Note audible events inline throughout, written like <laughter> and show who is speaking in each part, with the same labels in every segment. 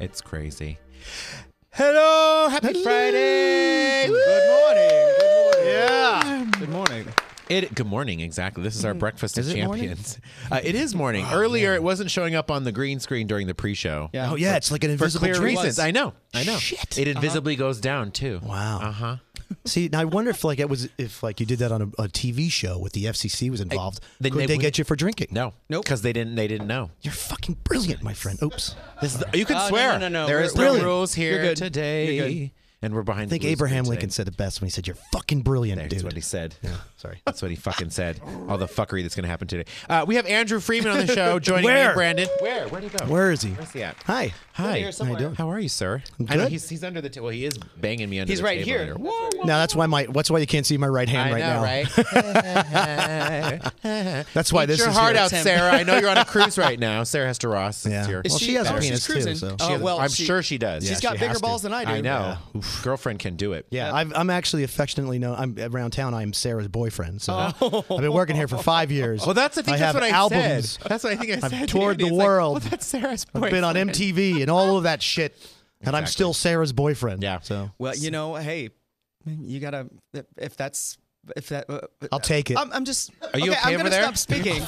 Speaker 1: It's crazy. Hello, happy Friday.
Speaker 2: Good morning. Good morning. Yeah. Good morning.
Speaker 1: It, good morning, exactly. This is our breakfast of
Speaker 2: Mm. Is it morning? Oh,
Speaker 1: champions. Uh, it is morning. Earlier, it wasn't showing up on the green screen during the pre-show.
Speaker 2: Yeah.
Speaker 3: Oh yeah, it's like an
Speaker 1: for
Speaker 3: invisible
Speaker 1: clear
Speaker 3: drink.
Speaker 1: reasons. I know. I know.
Speaker 3: Shit.
Speaker 2: Uh-huh.
Speaker 1: It invisibly goes down too.
Speaker 3: Wow.
Speaker 1: Uh huh.
Speaker 3: See, now I wonder if like it was if like you did that on a, a TV show with the FCC was involved,
Speaker 1: then
Speaker 3: could
Speaker 1: they
Speaker 3: they,
Speaker 1: would-
Speaker 3: get you for drinking?
Speaker 1: No.
Speaker 2: Nope.
Speaker 1: Because they didn't. They didn't know.
Speaker 3: You're fucking brilliant, my friend. Oops. I
Speaker 1: This is the- you can
Speaker 2: Oh, no,
Speaker 1: swear.
Speaker 2: no, no, no.
Speaker 1: There
Speaker 2: We're-
Speaker 1: is
Speaker 3: really?
Speaker 1: no rules here
Speaker 2: You're good.
Speaker 1: today.
Speaker 2: You're good.
Speaker 1: And we're behind. I
Speaker 3: think Abraham Lincoln said it best when he said, "You're fucking brilliant,
Speaker 1: That's
Speaker 3: dude."
Speaker 1: what he said.
Speaker 3: Sorry.
Speaker 1: That's what he fucking said. All the fuckery that's going to happen today. Uh, we have Andrew Freeman on the
Speaker 3: <laughs>
Speaker 1: show joining me,
Speaker 3: Where?
Speaker 1: Brandon. Where? Where'd he go?
Speaker 3: Where is he?
Speaker 1: Where's he at?
Speaker 3: Hi.
Speaker 1: Hi.
Speaker 2: here somewhere. How you doing?
Speaker 1: How are you, sir? I know
Speaker 3: good.
Speaker 1: he's, he's under the table. Well, he is banging me under
Speaker 2: He's
Speaker 1: the
Speaker 2: right
Speaker 1: table.
Speaker 2: here.
Speaker 1: there.
Speaker 2: That's
Speaker 1: Whoa.
Speaker 3: Now that's why my that's why you can't see my right hand
Speaker 1: I
Speaker 3: right
Speaker 1: know,
Speaker 3: now. <laughs>
Speaker 1: right?
Speaker 3: That's why
Speaker 1: Get
Speaker 3: this
Speaker 1: your
Speaker 3: is
Speaker 1: heart
Speaker 3: here.
Speaker 1: out,
Speaker 2: Tim.
Speaker 1: Sarah. I know you're on
Speaker 2: <laughs>
Speaker 1: a cruise right now. Sarah Hester Ross is
Speaker 3: Yeah.
Speaker 1: here.
Speaker 3: Well,
Speaker 2: she-
Speaker 3: she has
Speaker 2: oh,
Speaker 3: a
Speaker 2: she's
Speaker 3: penis too,
Speaker 2: cruising.
Speaker 3: so.
Speaker 2: Oh,
Speaker 1: She has-
Speaker 2: well,
Speaker 1: I'm
Speaker 2: she-
Speaker 1: sure she does.
Speaker 2: She's
Speaker 3: Yeah,
Speaker 2: got
Speaker 3: she
Speaker 2: bigger
Speaker 3: has to.
Speaker 2: balls than I do.
Speaker 1: I know. Girlfriend can do it.
Speaker 3: Yeah, I've, I'm actually affectionately known. I'm around town. I'm Sarah's boyfriend. So I've been working here for five years.
Speaker 1: Oh. Well, that's I think
Speaker 3: I
Speaker 1: that's
Speaker 3: have
Speaker 1: what I
Speaker 3: albums.
Speaker 1: said. That's what I think I said.
Speaker 3: I've
Speaker 1: to
Speaker 3: toured
Speaker 1: you.
Speaker 3: the
Speaker 1: It's like,
Speaker 3: world.
Speaker 1: well, that's Sarah's
Speaker 3: I've been on MTV and all of that shit, and I'm still Sarah's boyfriend.
Speaker 1: Yeah.
Speaker 3: So
Speaker 2: Well, you know, hey, you gotta if that's if that. Uh,
Speaker 3: I'll take it.
Speaker 2: I'm, I'm just.
Speaker 1: Are you
Speaker 2: okay,
Speaker 1: okay
Speaker 2: I'm
Speaker 1: over
Speaker 2: gonna
Speaker 1: there?
Speaker 2: stop <laughs> speaking.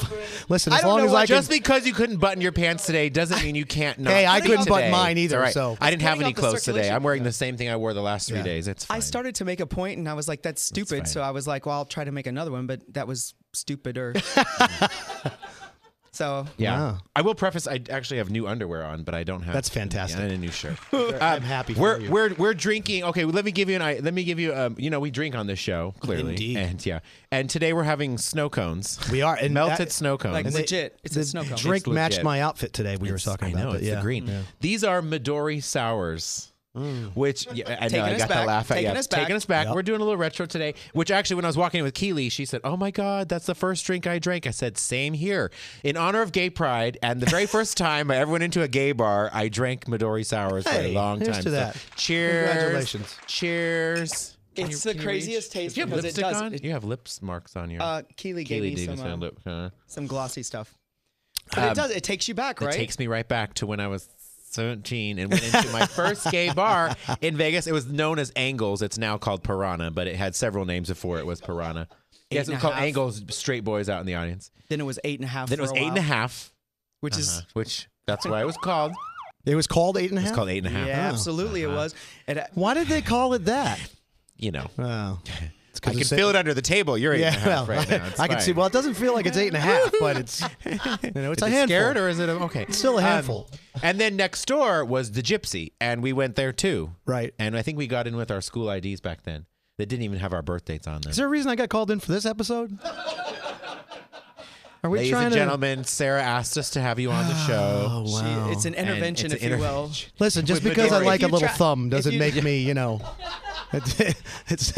Speaker 3: Listen,
Speaker 2: I
Speaker 3: as
Speaker 2: don't
Speaker 3: long
Speaker 2: know
Speaker 3: as
Speaker 2: why
Speaker 3: I
Speaker 1: Just
Speaker 3: can,
Speaker 1: because you couldn't button your pants today doesn't mean you can't not.
Speaker 3: Hey, I
Speaker 1: do it
Speaker 3: couldn't button
Speaker 1: today.
Speaker 3: mine
Speaker 1: It's
Speaker 3: either,
Speaker 1: all right.
Speaker 3: so-
Speaker 1: I didn't
Speaker 2: It's
Speaker 1: have
Speaker 2: cutting
Speaker 1: any
Speaker 2: off the
Speaker 1: clothes today.
Speaker 2: circulation.
Speaker 1: I'm wearing the same thing I wore the last three days. It's fine.
Speaker 2: I started to make a point, and I was like, "That's stupid." so I was like, "Well, I'll try to make another one," but that was <laughs> stupider. so
Speaker 1: Yeah.
Speaker 3: Wow.
Speaker 1: I will preface. I actually have new underwear on, but I don't have.
Speaker 3: That's fantastic.
Speaker 1: And a new shirt.
Speaker 3: <laughs>
Speaker 1: Uh,
Speaker 3: I'm happy. For
Speaker 1: We're,
Speaker 3: you.
Speaker 1: we're we're drinking. Okay, well, let me give you an. I Let me give you. Um, you know, we drink on this show clearly,
Speaker 3: Indeed.
Speaker 1: and yeah, and today we're having snow cones.
Speaker 3: We are, and
Speaker 1: melted
Speaker 3: that-
Speaker 1: snow cones.
Speaker 2: like
Speaker 3: they-
Speaker 2: legit, it's a
Speaker 3: the
Speaker 2: snow cone.
Speaker 3: drink
Speaker 1: It's
Speaker 3: matched
Speaker 1: legit.
Speaker 3: my outfit today. We were talking
Speaker 1: I
Speaker 3: about,
Speaker 1: know
Speaker 3: but
Speaker 1: it's
Speaker 3: yeah,
Speaker 1: the green. These are Midori sours. Which yeah, I know
Speaker 2: Mm. Taking
Speaker 1: I
Speaker 2: us
Speaker 1: got that
Speaker 2: back.
Speaker 1: laugh at
Speaker 2: Taking
Speaker 1: yeah.
Speaker 2: us back.
Speaker 1: Taking us back. We're doing a little retro today. Which actually, when I was walking in with Keely, she said, "Oh my God, that's the first drink I drank." I said, "Same here." In honor of Gay Pride, and the very
Speaker 2: <laughs>
Speaker 1: first time I ever went into a gay bar, I drank Midori sours for a
Speaker 3: Hey,
Speaker 1: long
Speaker 3: here's
Speaker 1: time.
Speaker 3: to that.
Speaker 1: cheers!
Speaker 3: Congratulations.
Speaker 1: Cheers! Can
Speaker 2: It's
Speaker 1: you- can you
Speaker 2: the
Speaker 1: reach?
Speaker 2: craziest taste
Speaker 1: Do you have
Speaker 2: because it
Speaker 1: lipstick
Speaker 2: does-
Speaker 1: on?
Speaker 2: it-
Speaker 1: you have lips marks on your.
Speaker 2: Uh, Keely gave
Speaker 1: Keely
Speaker 2: me some,
Speaker 1: Davidson
Speaker 2: uh,
Speaker 1: lip. huh?
Speaker 2: some glossy stuff. But it does. Um, It takes you back,
Speaker 1: It
Speaker 2: right?
Speaker 1: takes me right back to when I was 17 and went into my first gay bar in Vegas. It was known as Angles. It's now called Piranha, but it had several names before it was Piranha. Yes, it was
Speaker 2: and a
Speaker 1: called
Speaker 2: half.
Speaker 1: Angles. Straight boys out in the audience.
Speaker 2: then it was eight and a half.
Speaker 1: Then it
Speaker 2: for
Speaker 1: was
Speaker 2: a Uh-huh.
Speaker 1: eight
Speaker 2: while,
Speaker 1: and a half, uh,
Speaker 2: which is
Speaker 1: which that's why it was called.
Speaker 3: It was called eight and a half.
Speaker 1: It's called eight and a half.
Speaker 2: Yeah, absolutely,
Speaker 1: uh-huh.
Speaker 2: it was. And uh,
Speaker 3: Why did they call
Speaker 1: <laughs>
Speaker 3: it that?
Speaker 1: You know,
Speaker 3: Wow.
Speaker 1: I can feel it under the table. You're eight and a
Speaker 3: Yeah, well,
Speaker 1: half right now. It's
Speaker 3: I can
Speaker 1: fine.
Speaker 3: see. Well, it doesn't feel like it's eight and a half,
Speaker 1: <laughs>
Speaker 3: but it's you know it's
Speaker 1: Is
Speaker 3: a
Speaker 1: it
Speaker 3: handful.
Speaker 1: scared or is it a- Um, okay?
Speaker 3: Still a handful.
Speaker 1: and then next door was the Gypsy, and we went there too.
Speaker 3: Right.
Speaker 1: And I think we got in with our school IDs back then. They didn't even have our birth dates on them.
Speaker 3: Is there a reason I got called in for this episode? Are we
Speaker 1: Ladies
Speaker 3: trying
Speaker 1: and
Speaker 3: to
Speaker 1: gentlemen, Sarah asked us to have you on the show.
Speaker 3: Oh
Speaker 2: she-
Speaker 3: wow!
Speaker 2: it's an
Speaker 1: And
Speaker 2: intervention,
Speaker 1: it's
Speaker 2: if
Speaker 1: an
Speaker 2: you will.
Speaker 1: intervention.
Speaker 3: Listen, just
Speaker 1: With
Speaker 3: because I
Speaker 1: Midori.
Speaker 3: like a
Speaker 2: If you
Speaker 3: little
Speaker 2: try-
Speaker 3: thumb doesn't
Speaker 2: if you- <laughs>
Speaker 3: make me, you know. It's,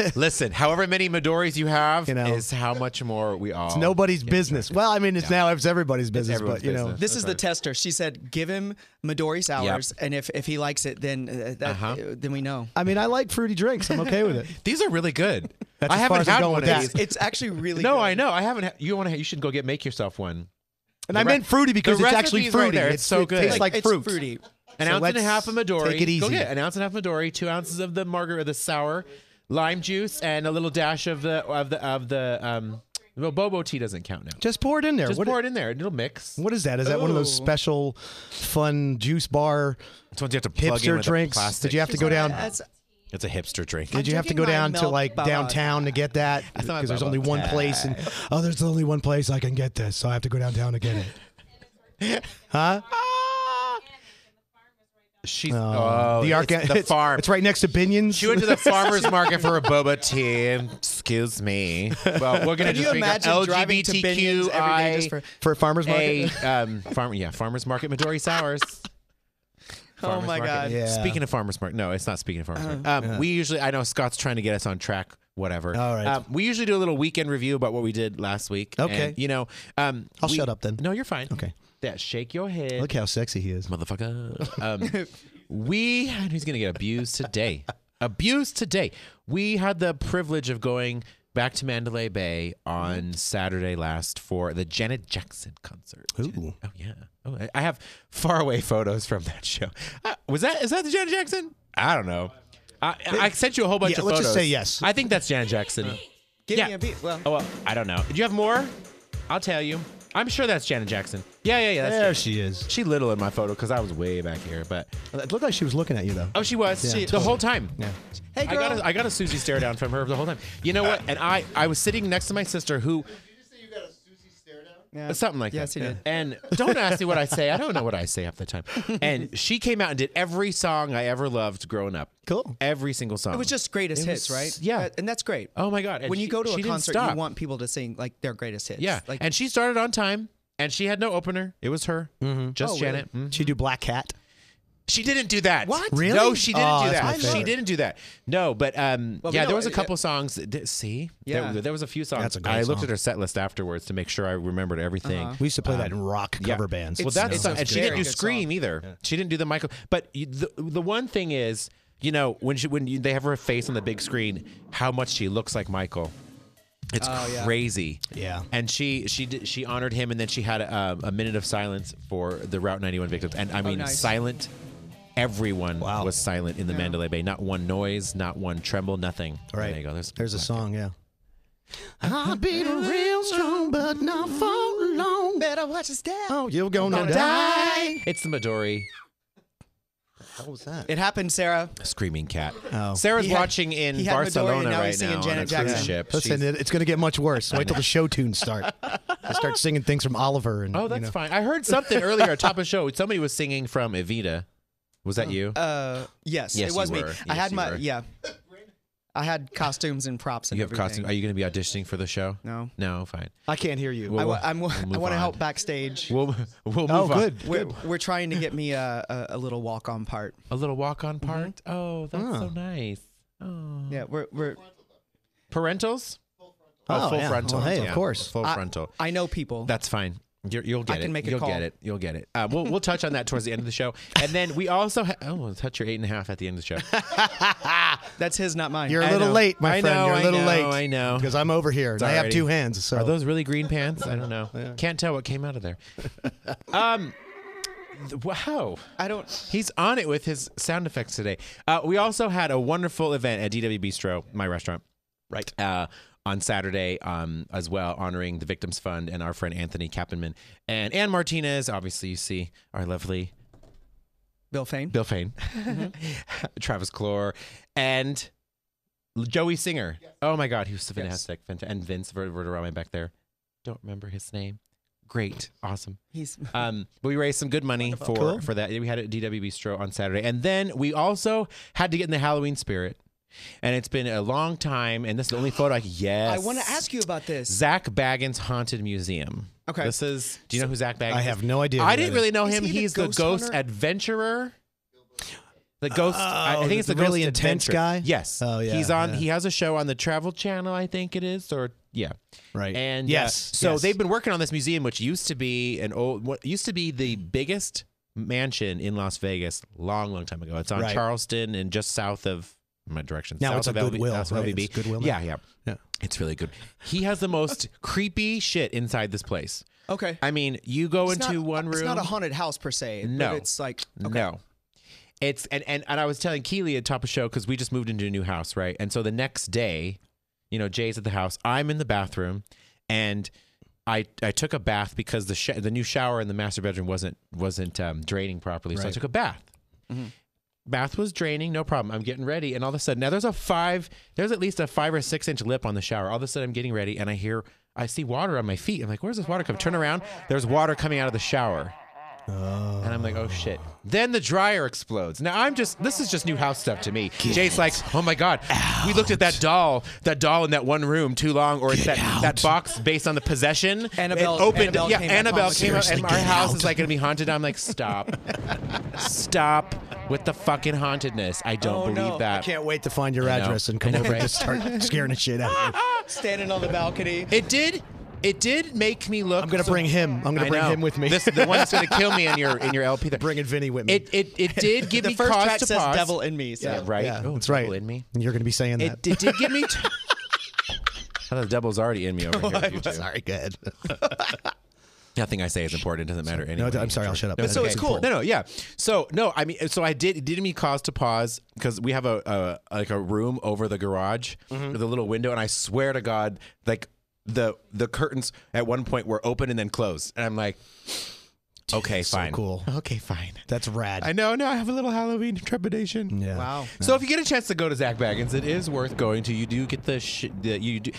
Speaker 3: it's
Speaker 1: Listen, however many Midori's you have
Speaker 3: You know.
Speaker 1: is how much more we all.
Speaker 3: nobody's business. Well, I mean, it's now it's everybody's business,
Speaker 1: everyone's
Speaker 3: but you know,
Speaker 1: business.
Speaker 2: This is the tester. She said, "Give him Midori sours, and if, if he likes it, then uh, that,
Speaker 1: Uh-huh.
Speaker 2: uh, then we know."
Speaker 3: I mean, I like fruity drinks. I'm
Speaker 1: <laughs>
Speaker 3: okay with it.
Speaker 1: These are really good.
Speaker 3: That's
Speaker 1: I
Speaker 3: as far
Speaker 1: haven't
Speaker 3: as I'm
Speaker 1: had
Speaker 3: going
Speaker 1: one
Speaker 3: with
Speaker 1: of
Speaker 3: that.
Speaker 1: these.
Speaker 2: It's actually really
Speaker 1: No,
Speaker 2: good.
Speaker 1: I know. I haven't. Ha- you want to? You should go get make yourself one.
Speaker 3: And
Speaker 1: The
Speaker 3: I
Speaker 1: re-
Speaker 3: meant fruity because
Speaker 1: the
Speaker 3: it's actually
Speaker 1: recipe's right
Speaker 3: fruity.
Speaker 1: there. It's so good.
Speaker 3: It tastes
Speaker 1: Like,
Speaker 3: like,
Speaker 2: it's
Speaker 3: fruit.
Speaker 2: fruity.
Speaker 1: An
Speaker 3: So
Speaker 1: ounce and a
Speaker 3: let's
Speaker 1: half of Midori.
Speaker 3: take it
Speaker 1: Go
Speaker 3: easy.
Speaker 1: get an ounce and a half of Midori, two ounces of the margarita, the sour, lime juice, and a little dash of the of the of the um. Well, bobo tea doesn't count now.
Speaker 3: Just pour it in there.
Speaker 1: Just
Speaker 3: what,
Speaker 1: pour it in there. and It'll mix.
Speaker 3: what is that? Is that one of those
Speaker 2: Ooh.
Speaker 3: special, fun juice bar
Speaker 1: It's ones you have to plug in
Speaker 3: hipster
Speaker 1: with a
Speaker 3: drinks?
Speaker 1: plastic.
Speaker 3: Did you have to go down?
Speaker 2: That's oh
Speaker 1: It's a hipster drink.
Speaker 3: Did you have to
Speaker 2: drinking
Speaker 3: go
Speaker 2: my
Speaker 3: down to
Speaker 2: milk
Speaker 3: like
Speaker 2: bar.
Speaker 3: downtown to get that?
Speaker 1: thought
Speaker 3: Because there's
Speaker 1: about
Speaker 3: only one place, and oh, there's only one place I can get this, so I have to go downtown to get it.
Speaker 1: <laughs>
Speaker 3: Huh?
Speaker 1: She's oh,
Speaker 3: the arc,
Speaker 1: it's the
Speaker 3: it's-
Speaker 1: farm.
Speaker 3: It's right next to Binion's.
Speaker 1: She went to the farmer's market for a boba tea. and- Excuse me. Well, we're gonna
Speaker 2: Can
Speaker 1: just
Speaker 2: you imagine driving to Binion's every day just for?
Speaker 3: <laughs> for a farmer's market.
Speaker 1: a um farm yeah farmer's market Midori
Speaker 2: <laughs>
Speaker 1: sours.
Speaker 2: Oh
Speaker 1: Farmer's
Speaker 2: my
Speaker 1: market.
Speaker 2: god! Uh-huh.
Speaker 3: Yeah.
Speaker 1: Speaking of farmers market, no, it's not speaking of farmers market. Um, We usually, I know Scott's trying to get us on track. Whatever.
Speaker 3: All right.
Speaker 1: Um, we usually do a little weekend review about what we did last week.
Speaker 3: Okay.
Speaker 1: And, you know, um,
Speaker 3: I'll
Speaker 1: we-
Speaker 3: shut up then.
Speaker 1: No, you're fine.
Speaker 3: Okay.
Speaker 1: Yeah. Shake your head,
Speaker 3: Look how sexy he is. <laughs>
Speaker 1: motherfucker. Um, we and he's gonna get abused today. abused today. We had the privilege of going back to Mandalay Bay on Saturday last for the Janet Jackson concert.
Speaker 3: Ooh.
Speaker 1: Oh yeah. Oh, I- I have faraway photos from that show. Uh, was that is that the Janet Jackson? I don't know. I, I sent you a whole bunch
Speaker 3: Yeah,
Speaker 1: of
Speaker 3: let's
Speaker 1: photos.
Speaker 3: just say yes.
Speaker 1: I think that's Janet Jackson.
Speaker 2: Give
Speaker 1: Yeah.
Speaker 2: me a beat. Well,
Speaker 1: Oh, well, I don't know. Do you have more? I'll tell you. I'm sure that's Janet Jackson. Yeah, yeah, yeah. That's
Speaker 3: There
Speaker 1: Janet.
Speaker 3: she is.
Speaker 1: She little in my photo because I was way back here, but
Speaker 3: It looked like she was looking at you though.
Speaker 1: oh, she was
Speaker 3: Yeah,
Speaker 1: she, the
Speaker 3: totally.
Speaker 1: whole time.
Speaker 3: Yeah.
Speaker 2: hey
Speaker 1: I
Speaker 2: girl.
Speaker 1: got a, I got a Susie stare down from her the whole time. You know what? And I I was sitting next to my sister who
Speaker 2: Yeah.
Speaker 1: something like
Speaker 2: yes,
Speaker 1: that.
Speaker 2: he did.
Speaker 1: And don't ask me what I say. I don't know what I say half the time. And she came out and did every song I ever loved growing up.
Speaker 3: Cool.
Speaker 1: Every single song.
Speaker 2: It was just greatest
Speaker 1: It
Speaker 2: hits,
Speaker 1: was-
Speaker 2: right?
Speaker 1: yeah.
Speaker 2: That- and that's great.
Speaker 1: Oh my god. And
Speaker 2: when you
Speaker 1: she-
Speaker 2: go to
Speaker 1: she
Speaker 2: a
Speaker 1: didn't
Speaker 2: concert,
Speaker 1: stop.
Speaker 2: you want people to sing like their greatest hits.
Speaker 1: Yeah.
Speaker 2: like
Speaker 1: and she started on time and she had no opener. It was her. Just
Speaker 2: Oh,
Speaker 1: Janet. Mhm.
Speaker 3: She do Black Cat.
Speaker 1: She didn't do that.
Speaker 2: What?
Speaker 3: Really?
Speaker 1: No, she didn't
Speaker 3: Oh,
Speaker 1: do
Speaker 3: that's my
Speaker 1: that. She
Speaker 3: favorite.
Speaker 1: didn't do that. No, but um,
Speaker 2: Well, we
Speaker 1: yeah,
Speaker 2: know-
Speaker 1: there was a
Speaker 2: uh,
Speaker 1: couple songs. That, did- see, There-
Speaker 2: Yeah.
Speaker 1: there, was a few songs.
Speaker 3: That's a great
Speaker 1: I looked
Speaker 3: song.
Speaker 1: at her set list afterwards to make sure I remembered everything.
Speaker 2: Uh-huh.
Speaker 3: We used to play that in rock
Speaker 1: Um, Yeah.
Speaker 3: cover bands.
Speaker 1: Well,
Speaker 2: It's-
Speaker 1: that's
Speaker 2: it's
Speaker 1: some-
Speaker 2: a
Speaker 1: and she
Speaker 2: very
Speaker 1: didn't do
Speaker 2: good
Speaker 1: Scream
Speaker 2: song.
Speaker 1: either. She didn't do the Michael. But you, the the one thing is, you know, when she when you, they have her face on the big screen, how much she looks like Michael. It's
Speaker 2: Oh, yeah.
Speaker 1: crazy.
Speaker 3: Yeah.
Speaker 1: And she she did, she honored him, and then she had a, a minute of silence for the Route 91 victims, and I mean
Speaker 2: Oh, nice.
Speaker 1: silent. Everyone
Speaker 3: Wow.
Speaker 1: was silent in the Mandalay Bay. Not one noise, not one tremble, nothing.
Speaker 3: All right.
Speaker 1: There you go. There's,
Speaker 3: There's a song, yeah.
Speaker 1: <laughs>
Speaker 3: I've been real strong, but not for long.
Speaker 2: better watch us down.
Speaker 3: Oh, you're gonna
Speaker 2: Gonna
Speaker 3: die.
Speaker 1: It's the Midori
Speaker 3: What was that?
Speaker 2: It happened, Sarah.
Speaker 1: screaming cat.
Speaker 3: Oh.
Speaker 1: Sarah's
Speaker 2: He had-
Speaker 1: watching in
Speaker 2: he had Midori,
Speaker 1: Barcelona
Speaker 2: now he's
Speaker 1: right
Speaker 2: singing
Speaker 1: now
Speaker 2: Janet
Speaker 1: on a
Speaker 2: Jackson.
Speaker 1: cruise ship.
Speaker 3: Listen,
Speaker 1: She's-
Speaker 3: it, it's going to get much worse. Wait till the show tunes
Speaker 1: <laughs>
Speaker 3: start. They start singing things from Oliver and
Speaker 1: oh,
Speaker 3: you
Speaker 1: that's
Speaker 3: know.
Speaker 1: fine. I heard something earlier atop a show. Somebody was singing from Evita. Was that you?
Speaker 2: Uh, yes,
Speaker 1: Yes,
Speaker 2: it was
Speaker 1: you
Speaker 2: me.
Speaker 1: were.
Speaker 2: I
Speaker 1: Yes,
Speaker 2: had
Speaker 1: you
Speaker 2: my
Speaker 1: were.
Speaker 2: yeah. I had costumes and props and
Speaker 1: you have
Speaker 2: everything.
Speaker 1: costume. Are you going to be auditioning for the show?
Speaker 2: No.
Speaker 1: No, fine.
Speaker 3: I can't hear you.
Speaker 1: Well,
Speaker 2: I, wa- I'm,
Speaker 1: move
Speaker 2: I want to
Speaker 1: on.
Speaker 2: help backstage.
Speaker 1: We'll <laughs> we'll move
Speaker 3: oh,
Speaker 1: on.
Speaker 3: good.
Speaker 2: We're,
Speaker 3: good.
Speaker 2: we're trying to get me a, a, a little walk on part.
Speaker 1: A little walk on part. Oh, that's so nice. Oh.
Speaker 2: Yeah, we're we're.
Speaker 1: Parentals?
Speaker 3: Oh,
Speaker 1: full
Speaker 3: yeah.
Speaker 1: frontal.
Speaker 3: Well, hey, of
Speaker 1: Yeah,
Speaker 3: course.
Speaker 1: Full
Speaker 2: I-
Speaker 1: frontal.
Speaker 2: I know people.
Speaker 1: That's fine. You're, you'll get it.
Speaker 2: can make a
Speaker 1: you'll
Speaker 2: call.
Speaker 1: get it. You'll get it. Uh, we'll we'll touch on that towards the end of the show, and then we also ha- oh we'll touch your eight and a half at the end of the show.
Speaker 2: That's his, not mine.
Speaker 3: You're a
Speaker 1: I
Speaker 3: little
Speaker 1: know.
Speaker 3: late, my
Speaker 1: I
Speaker 3: friend.
Speaker 1: know,
Speaker 3: You're a
Speaker 1: I
Speaker 3: little
Speaker 1: know,
Speaker 3: late.
Speaker 1: I know.
Speaker 3: Because I'm over here. and I have
Speaker 1: alrighty.
Speaker 3: two hands. So
Speaker 1: Are those really green pants? I don't
Speaker 3: <laughs>
Speaker 1: know. Can't tell what came out of there. Um, th- wow.
Speaker 2: I don't.
Speaker 1: He's on it with his sound effects today. Uh, we also had a wonderful event at DW Bistro, my restaurant,
Speaker 3: right.
Speaker 1: uh, on Saturday um, as well, honoring the Victims Fund and our friend Anthony Kappenman and Ann Martinez. Obviously, you see our lovely
Speaker 2: Bill Fain.
Speaker 1: Bill Fain, <laughs> Travis Clore, and Joey Singer. Oh my God, he was fantastic. Fanta- and Vince Ver- Verderame back there. Don't remember his name. Great, awesome.
Speaker 2: He's
Speaker 1: Um, but we raised some good money for
Speaker 3: Cool.
Speaker 1: for that. We had it at DW Bistro on Saturday, and then we also had to get in the Halloween spirit. And it's been a long time, and this is the only photo I could. Yes,
Speaker 2: I want to ask you about this.
Speaker 1: Zach Baggins Haunted Museum.
Speaker 2: Okay.
Speaker 1: This is. Do you know who Zach Baggins?
Speaker 3: I have no idea.
Speaker 1: I
Speaker 3: who
Speaker 1: didn't
Speaker 3: that
Speaker 1: really know
Speaker 2: Is
Speaker 1: him.
Speaker 2: he the
Speaker 1: He's the
Speaker 2: ghost
Speaker 1: ghost
Speaker 2: hunter?
Speaker 1: adventurer. The ghost. I, I
Speaker 3: Oh,
Speaker 1: think it's
Speaker 3: the
Speaker 1: the
Speaker 3: really
Speaker 1: ghost
Speaker 3: intense
Speaker 1: adventure.
Speaker 3: guy?
Speaker 1: Yes.
Speaker 3: Oh, yeah,
Speaker 1: He's on.
Speaker 3: yeah.
Speaker 1: He has a show on the Travel Channel. I think it is. Or yeah.
Speaker 3: Right.
Speaker 1: And uh,
Speaker 3: Yes,
Speaker 1: so
Speaker 3: yes.
Speaker 1: they've been working on this museum, which used to be an old, what used to be the biggest mansion in Las Vegas, long, long time ago. It's on
Speaker 3: Right.
Speaker 1: Charleston and just south of my direction.
Speaker 3: Now
Speaker 1: south
Speaker 3: it's a
Speaker 1: of LB
Speaker 3: Goodwill,
Speaker 1: south of
Speaker 3: right?
Speaker 1: LBB.
Speaker 3: It's Goodwill now?
Speaker 1: Yeah, yeah,
Speaker 3: Yeah.
Speaker 1: It's really good. He has the
Speaker 3: <laughs>
Speaker 1: most creepy shit inside this place.
Speaker 2: Okay.
Speaker 1: I mean, you go
Speaker 2: It's
Speaker 1: into
Speaker 2: not-
Speaker 1: one room.
Speaker 2: It's not a haunted house per se. but
Speaker 1: No.
Speaker 2: it's like
Speaker 1: No. It's and, and and I was telling Keely at top of show because we just moved into a new house, right? And so the next day, you know, Jay's at the house. I'm in the bathroom, and I I took a bath because the sh- the new shower in the master bedroom wasn't wasn't um, draining properly, so I
Speaker 3: Right.
Speaker 1: took a bath. Bath was draining, no problem. I'm getting ready, and all of a sudden, now there's a five, there's at least a five or six inch lip on the shower. All of a sudden, I'm getting ready, and I hear, I see water on my feet. I'm like, "Where's this water come?" Turn around, there's water coming out of the shower. And I'm like, oh shit. Then the dryer explodes. Now I'm just, this is just new house stuff to me. Jay's like, oh my God, we looked at that doll, that doll in that one room too long, or it's that, that box based on the possession.
Speaker 2: Annabelle-
Speaker 1: it opened.
Speaker 2: Annabelle
Speaker 1: yeah,
Speaker 2: came back
Speaker 1: Annabelle
Speaker 2: home.
Speaker 1: came out, and
Speaker 3: Seriously,
Speaker 1: our
Speaker 3: get
Speaker 1: house
Speaker 3: out.
Speaker 1: is like gonna be haunted. I'm like, stop, stop with the fucking hauntedness. I don't
Speaker 2: Oh, no.
Speaker 1: believe
Speaker 3: I
Speaker 1: that.
Speaker 3: can't wait to find your
Speaker 1: know.
Speaker 3: address and come
Speaker 1: I know,
Speaker 3: over
Speaker 1: right?
Speaker 3: and just start <laughs> scaring the shit out of you.
Speaker 2: standing on the balcony.
Speaker 1: It did, it did make me look.
Speaker 3: I'm going to bring him. I'm going to bring him with me.
Speaker 1: This the one that's gonna kill me in your in your LP. There.
Speaker 3: Bringing Vinny with me.
Speaker 1: It it
Speaker 3: <laughs>
Speaker 1: it did give
Speaker 2: The
Speaker 1: me
Speaker 2: first
Speaker 1: cause
Speaker 2: track
Speaker 1: to
Speaker 2: says
Speaker 1: pause.
Speaker 2: "Devil in Me." So.
Speaker 1: Yeah, right.
Speaker 3: Yeah,
Speaker 1: Oh,
Speaker 3: that's right.
Speaker 1: devil in me.
Speaker 3: <laughs> And You're going to be saying
Speaker 1: It,
Speaker 3: that.
Speaker 1: it did give me. t- thought the devil's already in me over here. You two.
Speaker 3: Oh, Sorry, go ahead.
Speaker 1: Nothing I say is important. It doesn't matter anyway.
Speaker 3: No, I'm sorry. I'll shut up.
Speaker 2: But so
Speaker 3: Okay.
Speaker 2: it's cool.
Speaker 1: No, no, yeah. So no, I mean, so I did. It did me cause to pause because we have a, a like a room over the garage
Speaker 3: Mm-hmm.
Speaker 1: with a little window, and I swear to God, like the the curtains at one point were open and then closed, and I'm like, okay,
Speaker 3: so
Speaker 1: fine,
Speaker 3: cool. <laughs>
Speaker 1: okay, fine.
Speaker 3: That's rad.
Speaker 1: I know. Now I have a little Halloween trepidation.
Speaker 3: yeah.
Speaker 2: Wow.
Speaker 1: So if you get a chance to go to Zach Baggins, it is worth going to. You do get the sh- the you do.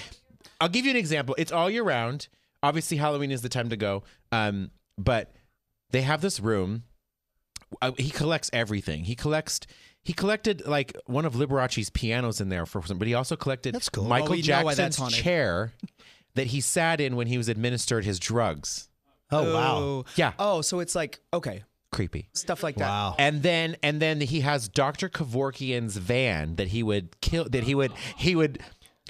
Speaker 1: I'll give you an example. It's all year round. Obviously, Halloween is the time to go. Um, but they have this room. Uh, he collects everything. He collects. He collected like one of Liberace's pianos in there for some, but he also collected
Speaker 3: That's cool.
Speaker 1: Michael
Speaker 2: Oh, we know why that's
Speaker 1: Jackson's
Speaker 2: haunted.
Speaker 1: chair that he sat in when he was administered his drugs.
Speaker 3: Oh wow.
Speaker 1: Yeah.
Speaker 2: Oh, so it's like okay,
Speaker 1: Creepy.
Speaker 2: stuff like that.
Speaker 3: Wow.
Speaker 1: Oh. And then and then he has Dr. Kevorkian's van that he would kill that he would he would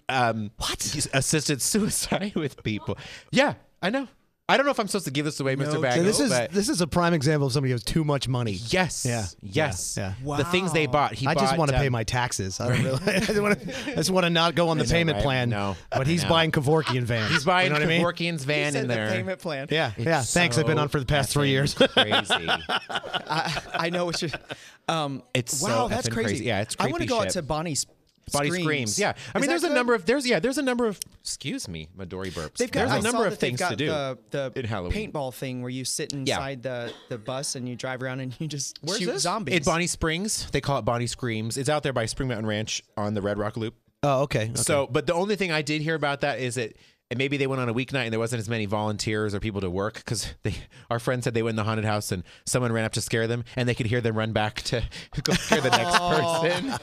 Speaker 1: um what assisted <laughs> suicide with people. Yeah, I know. I don't know if I'm supposed to give this away, Mr. Bagel.
Speaker 3: So this is
Speaker 1: but
Speaker 3: this is a prime example of somebody who has too much money.
Speaker 1: yes.
Speaker 3: Yeah.
Speaker 1: Yes.
Speaker 3: Yeah.
Speaker 1: The things they bought. He
Speaker 3: I just
Speaker 1: bought,
Speaker 3: want to
Speaker 1: um,
Speaker 3: pay my taxes. I don't really. <laughs> I just want to. I just want to not go on the payment
Speaker 1: right?
Speaker 3: plan.
Speaker 1: No.
Speaker 3: But
Speaker 1: I
Speaker 3: he's
Speaker 1: know.
Speaker 3: buying Kevorkian vans.
Speaker 1: He's buying
Speaker 3: You know what I mean?
Speaker 1: Kevorkian's van
Speaker 2: Said
Speaker 1: in
Speaker 2: the
Speaker 1: there.
Speaker 2: payment plan.
Speaker 3: Yeah. yeah.
Speaker 1: It's
Speaker 3: Thanks. I've been
Speaker 1: so
Speaker 3: on for the past
Speaker 1: effing
Speaker 3: three
Speaker 1: <laughs>
Speaker 3: years.
Speaker 1: Crazy.
Speaker 2: I, I know what you. Um,
Speaker 1: <laughs> It's
Speaker 2: wow,
Speaker 1: so
Speaker 2: that's
Speaker 1: effing
Speaker 2: crazy.
Speaker 1: crazy. Yeah, it's
Speaker 2: I want
Speaker 1: creepy
Speaker 2: to go out
Speaker 1: shit.
Speaker 2: to Bonnie's.
Speaker 1: Body screams. Yeah. I
Speaker 2: Is
Speaker 1: mean,
Speaker 2: that
Speaker 1: there's a
Speaker 2: good?
Speaker 1: number of there's yeah there's a number of excuse me, Midori burps.
Speaker 2: They've got
Speaker 1: there's
Speaker 2: I
Speaker 1: a number
Speaker 2: saw
Speaker 1: of
Speaker 2: that they've
Speaker 1: things
Speaker 2: got
Speaker 1: to do.
Speaker 2: The, the
Speaker 1: in Halloween.
Speaker 2: paintball thing where you sit inside the, the bus and you drive around and you just
Speaker 1: Where's
Speaker 2: shoot
Speaker 1: this?
Speaker 2: zombies.
Speaker 1: At Bonnie Springs. They call it Bonnie Screams. It's out there by Spring Mountain Ranch on the Red Rock Loop.
Speaker 3: oh, okay. okay.
Speaker 1: So, but the only thing I did hear about that is that and maybe they went on a weeknight and there wasn't as many volunteers or people to work because <laughs> they our friend said they went in the haunted house and someone ran up to scare them and they could hear them run back to <laughs> go scare the next person.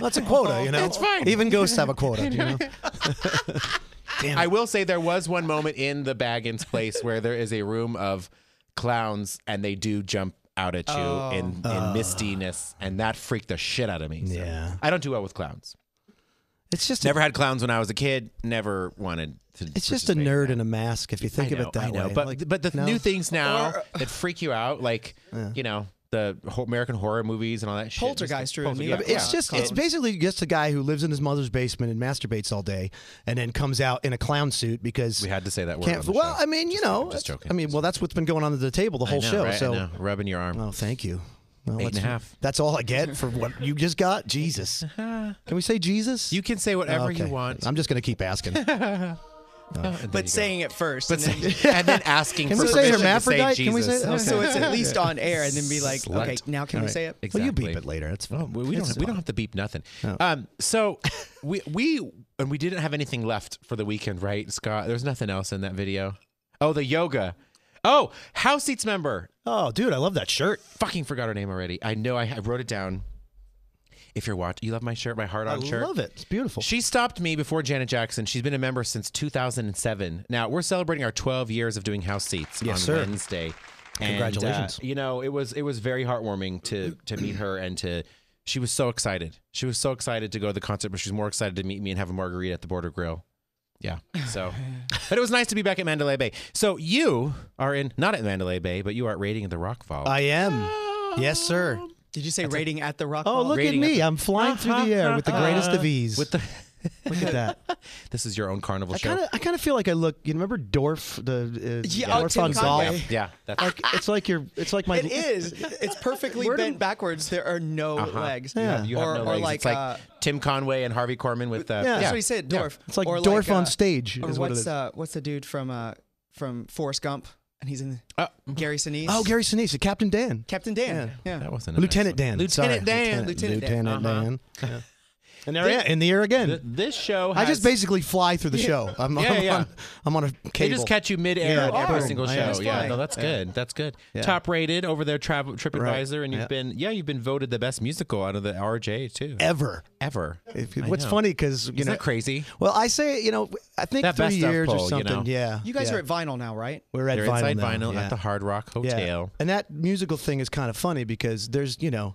Speaker 3: that's a quota. You know.
Speaker 1: Oh, It's fine.
Speaker 3: Even ghosts have a quota.
Speaker 1: <laughs>
Speaker 3: You know.
Speaker 1: I will say there was one moment in the Baggins place where there is a room of clowns and they do jump out at you in, in mistiness and that freaked the shit out of me. So,
Speaker 3: Yeah.
Speaker 1: I don't do well with clowns.
Speaker 3: It's just
Speaker 1: Never had clowns when I was a kid. Never wanted to.
Speaker 3: It's just a nerd in a mask if you think of it that
Speaker 1: I know.
Speaker 3: way.
Speaker 1: But
Speaker 3: Like,
Speaker 1: but the
Speaker 3: no.
Speaker 1: new things now
Speaker 2: Or-
Speaker 1: that freak you out, like you know the ho- American horror movies and all that shit.
Speaker 2: Poltergeist ruined me.
Speaker 1: Poltergeist-
Speaker 2: But
Speaker 3: It's just it's basically just a guy who lives in his mother's basement and masturbates all day, and then comes out in a clown suit because
Speaker 1: we had to say that word.
Speaker 3: can't.
Speaker 1: on the
Speaker 3: Well,
Speaker 1: show.
Speaker 3: I mean, you know,
Speaker 1: just joking.
Speaker 3: I mean, well, that's what's been going on at the table the whole
Speaker 1: I know,
Speaker 3: show.
Speaker 1: right? I
Speaker 3: So,
Speaker 1: know. rubbing your arm.
Speaker 3: oh, thank you. Well,
Speaker 1: Eight and
Speaker 3: that's-
Speaker 1: a half.
Speaker 3: That's all I get for what you just
Speaker 1: <laughs>
Speaker 3: got. Jesus, can we say Jesus?
Speaker 1: You can say whatever
Speaker 3: Okay.
Speaker 1: you want,
Speaker 3: I'm just gonna keep asking.
Speaker 1: and then
Speaker 2: but
Speaker 1: you
Speaker 2: saying it first.
Speaker 1: go.
Speaker 2: and
Speaker 1: <laughs>
Speaker 2: then-
Speaker 1: and then asking
Speaker 3: Can
Speaker 1: for
Speaker 3: we say
Speaker 1: permission to
Speaker 3: hermaphrodite?
Speaker 1: Jesus.
Speaker 3: Can we say-
Speaker 2: <laughs>
Speaker 3: okay.
Speaker 2: so
Speaker 1: <laughs>
Speaker 2: it's at least on air and then be like,
Speaker 1: Slut.
Speaker 2: okay, now can we say it?
Speaker 1: Exactly.
Speaker 3: Well, you beep it later. It's fine.
Speaker 1: We, we don't. We don't have to beep nothing. Um,
Speaker 3: <laughs>
Speaker 1: so we we and we didn't have anything left for the weekend, right, Scott? There's nothing else in that video. Oh, the yoga. Oh, house seats member.
Speaker 3: Oh, dude, I love that shirt.
Speaker 1: Fucking forgot her name already. I know. I, I wrote it down. If you're watching, you love my shirt, my heart
Speaker 3: I
Speaker 1: on shirt.
Speaker 3: love it. It's beautiful.
Speaker 1: She stopped me before Janet Jackson. She's been a member since 2007. Now we're celebrating our 12 years of doing house seats
Speaker 3: Yes,
Speaker 1: on
Speaker 3: sir.
Speaker 1: Wednesday. And, uh,
Speaker 3: Congratulations.
Speaker 1: you know, it was it was very heartwarming to to meet her and to. She was so excited. She was so excited to go to the concert, but she's more excited to meet me and have a margarita at the Border Grill. Yeah. So,
Speaker 3: <laughs>
Speaker 1: but it was nice to be back at Mandalay Bay. So you are in not at Mandalay Bay, but you are at Raiding of the Rock Vault.
Speaker 3: I am. Yes, sir.
Speaker 2: Did you say rating at the rock?
Speaker 3: Oh,
Speaker 2: Wall?
Speaker 3: look at
Speaker 1: Oh. rating at
Speaker 3: me.
Speaker 1: the-
Speaker 3: I'm flying through the air with the greatest of ease.
Speaker 1: with the
Speaker 3: look at that.
Speaker 1: <laughs> this is your own carnival
Speaker 3: I
Speaker 1: show.
Speaker 3: kind of, I kind of feel like I look. You remember Dorf, the uh,
Speaker 2: Yeah,
Speaker 3: Dorf
Speaker 2: oh,
Speaker 3: on
Speaker 2: Tim
Speaker 3: golf.
Speaker 2: Conway.
Speaker 1: yeah, that's
Speaker 3: Like it's like you're, it's like <laughs> my.
Speaker 2: It is. It's perfectly bent backwards. There are no legs.
Speaker 3: Yeah.
Speaker 1: Uh-huh. You have
Speaker 2: or,
Speaker 1: no
Speaker 2: or
Speaker 1: legs.
Speaker 2: like,
Speaker 1: it's like
Speaker 2: uh,
Speaker 1: Tim Conway and Harvey Korman with uh,
Speaker 3: Yeah.
Speaker 2: that's what he said, Dorf.
Speaker 3: It's like
Speaker 2: or
Speaker 3: Dorf on
Speaker 2: uh,
Speaker 3: stage
Speaker 2: Or what's
Speaker 3: is what it is.
Speaker 2: uh what's the dude from uh from Forrest Gump? And he's in
Speaker 1: Uh,
Speaker 2: Gary Sinise.
Speaker 3: oh, Gary Sinise, Captain Dan,
Speaker 2: Captain Dan. Yeah.
Speaker 1: That wasn't a
Speaker 3: Lieutenant
Speaker 1: nice one.
Speaker 3: Dan,
Speaker 1: Lieutenant
Speaker 3: sorry.
Speaker 1: Dan.
Speaker 2: Lieutenant Dan.
Speaker 3: Lieutenant Dan. <laughs> Yeah. And there, I am, in the air again.
Speaker 1: Th- This show,
Speaker 3: I
Speaker 1: has,
Speaker 3: just basically fly through the show. I'm,
Speaker 1: Yeah,
Speaker 3: I'm
Speaker 1: yeah.
Speaker 3: on, I'm on a cable.
Speaker 1: they just catch you midair
Speaker 3: Yeah,
Speaker 1: at every
Speaker 2: boom.
Speaker 1: single
Speaker 3: I
Speaker 1: show.
Speaker 3: am.
Speaker 1: Yeah,
Speaker 2: Fine.
Speaker 1: no, that's good. That's good. Top rated over there, Travel TripAdvisor, and you've
Speaker 3: Yeah.
Speaker 1: been yeah, you've been voted the best musical out of the RJ too
Speaker 3: ever.
Speaker 1: ever.
Speaker 3: If-
Speaker 1: I
Speaker 3: what's
Speaker 1: know.
Speaker 3: funny because you
Speaker 1: Isn't
Speaker 3: know,
Speaker 1: that crazy?
Speaker 3: well, I say you know, I think
Speaker 1: That
Speaker 3: three
Speaker 1: best of
Speaker 3: years
Speaker 1: poll,
Speaker 3: or
Speaker 1: you
Speaker 3: something.
Speaker 1: know.
Speaker 3: Yeah,
Speaker 2: You guys
Speaker 3: yeah.
Speaker 2: are at Vinyl now, right?
Speaker 3: we're at
Speaker 1: They're
Speaker 3: vinyl
Speaker 1: inside
Speaker 3: now,
Speaker 1: vinyl
Speaker 3: yeah.
Speaker 1: at the Hard Rock Hotel.
Speaker 3: And that musical thing is kind of funny because there's, you know,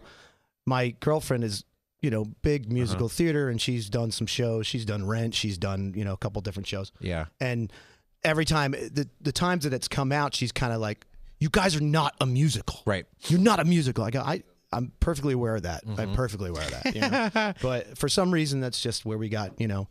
Speaker 3: my girlfriend is, you know, big musical theater and she's done some shows. She's done Rent. She's done, you know, a couple different shows.
Speaker 1: Yeah.
Speaker 3: And every time, the, the times that it's come out, she's kind of like, you guys are not a musical.
Speaker 1: Right.
Speaker 3: You're not a musical. I go, I, I'm perfectly
Speaker 1: Mm-hmm. <laughs>
Speaker 3: aware of that. I'm perfectly aware of that. you know? but for some reason, that's just where we got, you know,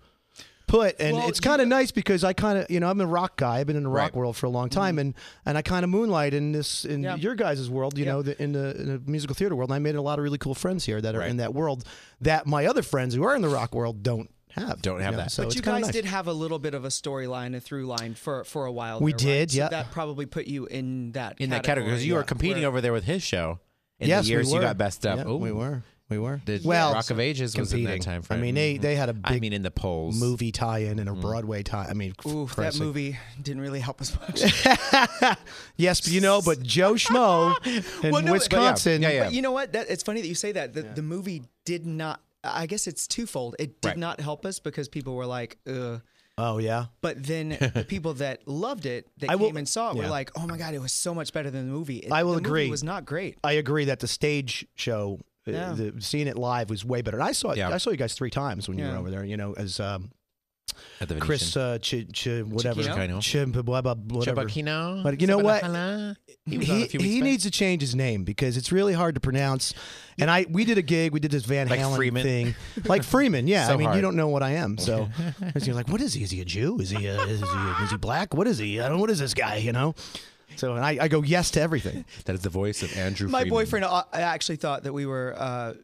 Speaker 3: put. And
Speaker 2: Well,
Speaker 3: it's
Speaker 2: you-
Speaker 3: kind of nice because I kind of, you know, I'm a rock guy. I've been in the rock
Speaker 1: Right. Mm-hmm.
Speaker 3: world for a long time, and and I kind of moonlight in this in
Speaker 2: Yeah.
Speaker 3: your guys' world, you know, the, in, the, in the musical theater world. And I made a lot of really cool friends here that are
Speaker 1: Right.
Speaker 3: in that world that my other friends who are in the rock world don't have.
Speaker 1: Don't have
Speaker 3: you know,
Speaker 1: that.
Speaker 3: So
Speaker 1: But
Speaker 3: it's
Speaker 2: you
Speaker 3: kinda
Speaker 2: guys
Speaker 3: nice.
Speaker 2: did have a little bit of a storyline, a through line for for a while.
Speaker 3: We
Speaker 2: there,
Speaker 3: did,
Speaker 2: right? So
Speaker 3: yeah.
Speaker 2: that probably put you in that
Speaker 1: in that category because you were competing over there with his show. In
Speaker 3: yes,
Speaker 1: the years
Speaker 3: we were.
Speaker 1: you got best up.
Speaker 3: Yeah,
Speaker 1: Ooh.
Speaker 3: we were. We were.
Speaker 1: The
Speaker 3: well,
Speaker 1: Rock of Ages was in that
Speaker 3: competing.
Speaker 1: time
Speaker 3: I
Speaker 1: frame. Mm-hmm.
Speaker 3: mean, they they had a big
Speaker 1: I mean, in the polls.
Speaker 3: movie tie-in and a Broadway tie. I mean,
Speaker 2: Ooh,
Speaker 3: for
Speaker 2: Mm-hmm. that
Speaker 3: Christ's sake.
Speaker 2: movie didn't really help us
Speaker 3: <laughs>
Speaker 2: much.
Speaker 3: Yes, but you know,
Speaker 2: <laughs>
Speaker 3: but Joe Schmo in
Speaker 2: Well, no, but-
Speaker 3: Wisconsin.
Speaker 1: Yeah, yeah.
Speaker 2: But you know what? That, it's funny that you say that. The, the movie did not. I guess it's twofold. It did
Speaker 1: Right.
Speaker 2: not help us because people were like, Ugh.
Speaker 3: Oh yeah.
Speaker 2: but then the people that loved it, that
Speaker 3: I will-
Speaker 2: came and saw it, were
Speaker 3: yeah.
Speaker 2: like, "Oh my god, it was so much better than the movie." It-
Speaker 3: I will
Speaker 2: the movie
Speaker 3: agree.
Speaker 2: was not great.
Speaker 3: I agree that the stage show, uh,
Speaker 2: Yeah.
Speaker 3: the, seeing it live was way better. And I saw it,
Speaker 1: Yeah.
Speaker 3: I saw you guys three times when you
Speaker 2: Yeah.
Speaker 3: were over there. You know, as um,
Speaker 1: at the Venetian.
Speaker 3: Chris, uh, ch- ch- whatever,
Speaker 1: Chiquino?
Speaker 3: Ch- blah, blah, whatever.
Speaker 1: Chabacchino.
Speaker 3: But you know what?
Speaker 1: Sabatala. He, was on a
Speaker 3: He,
Speaker 1: few
Speaker 3: he
Speaker 1: weeks back.
Speaker 3: needs to change his name because it's really hard to pronounce. And I we did a gig, we did this Van
Speaker 1: Like
Speaker 3: Halen
Speaker 1: Freeman.
Speaker 3: thing, like Freeman.
Speaker 1: <laughs>
Speaker 3: Yeah,
Speaker 1: So
Speaker 3: I mean
Speaker 1: hard.
Speaker 3: you don't know what I
Speaker 1: <laughs>
Speaker 3: am, so he's like, what is he? Is he a Jew? Is he uh, is he is he black? What is he? I don't. What is this guy? You know. So and I, I go yes to everything. <laughs>
Speaker 1: That is the voice of Andrew.
Speaker 2: My
Speaker 1: Freeman.
Speaker 2: boyfriend uh, actually thought that we were uh,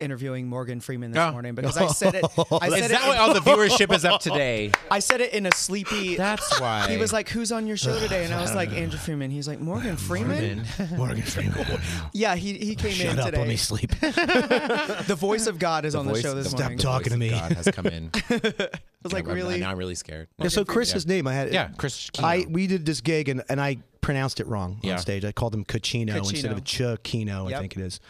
Speaker 2: interviewing Morgan Freeman this
Speaker 1: Oh.
Speaker 2: morning because I said it. I
Speaker 1: Is
Speaker 2: said
Speaker 1: that
Speaker 2: it.
Speaker 1: why all the viewership
Speaker 3: <laughs>
Speaker 1: is up today?
Speaker 2: I said it in a
Speaker 1: <laughs>
Speaker 2: sleepy.
Speaker 1: That's why.
Speaker 2: He was like, "Who's on your show today?" And I was like, "Andrew Freeman." He's like, "Morgan Freeman."
Speaker 3: <laughs>
Speaker 1: <laughs>
Speaker 3: Morgan Freeman.
Speaker 2: Yeah, he he came
Speaker 3: Shut
Speaker 2: in
Speaker 3: up.
Speaker 2: today.
Speaker 3: Let me sleep. <laughs>
Speaker 2: The voice of God is on the
Speaker 1: voice-
Speaker 2: show this
Speaker 1: the-
Speaker 2: morning.
Speaker 1: the
Speaker 3: talking
Speaker 1: voice
Speaker 3: to
Speaker 1: of
Speaker 3: me.
Speaker 1: God has come
Speaker 3: <laughs>
Speaker 1: in. I
Speaker 2: I was like, "Really?"
Speaker 1: Now I'm really scared.
Speaker 3: Yeah, so Chris's name I had.
Speaker 1: Yeah, Chris.
Speaker 3: I we did this gig and, and I pronounced it wrong
Speaker 1: Yeah.
Speaker 3: on stage. I called him Cochino instead of Chuckino, I
Speaker 2: Yep.
Speaker 3: think it is.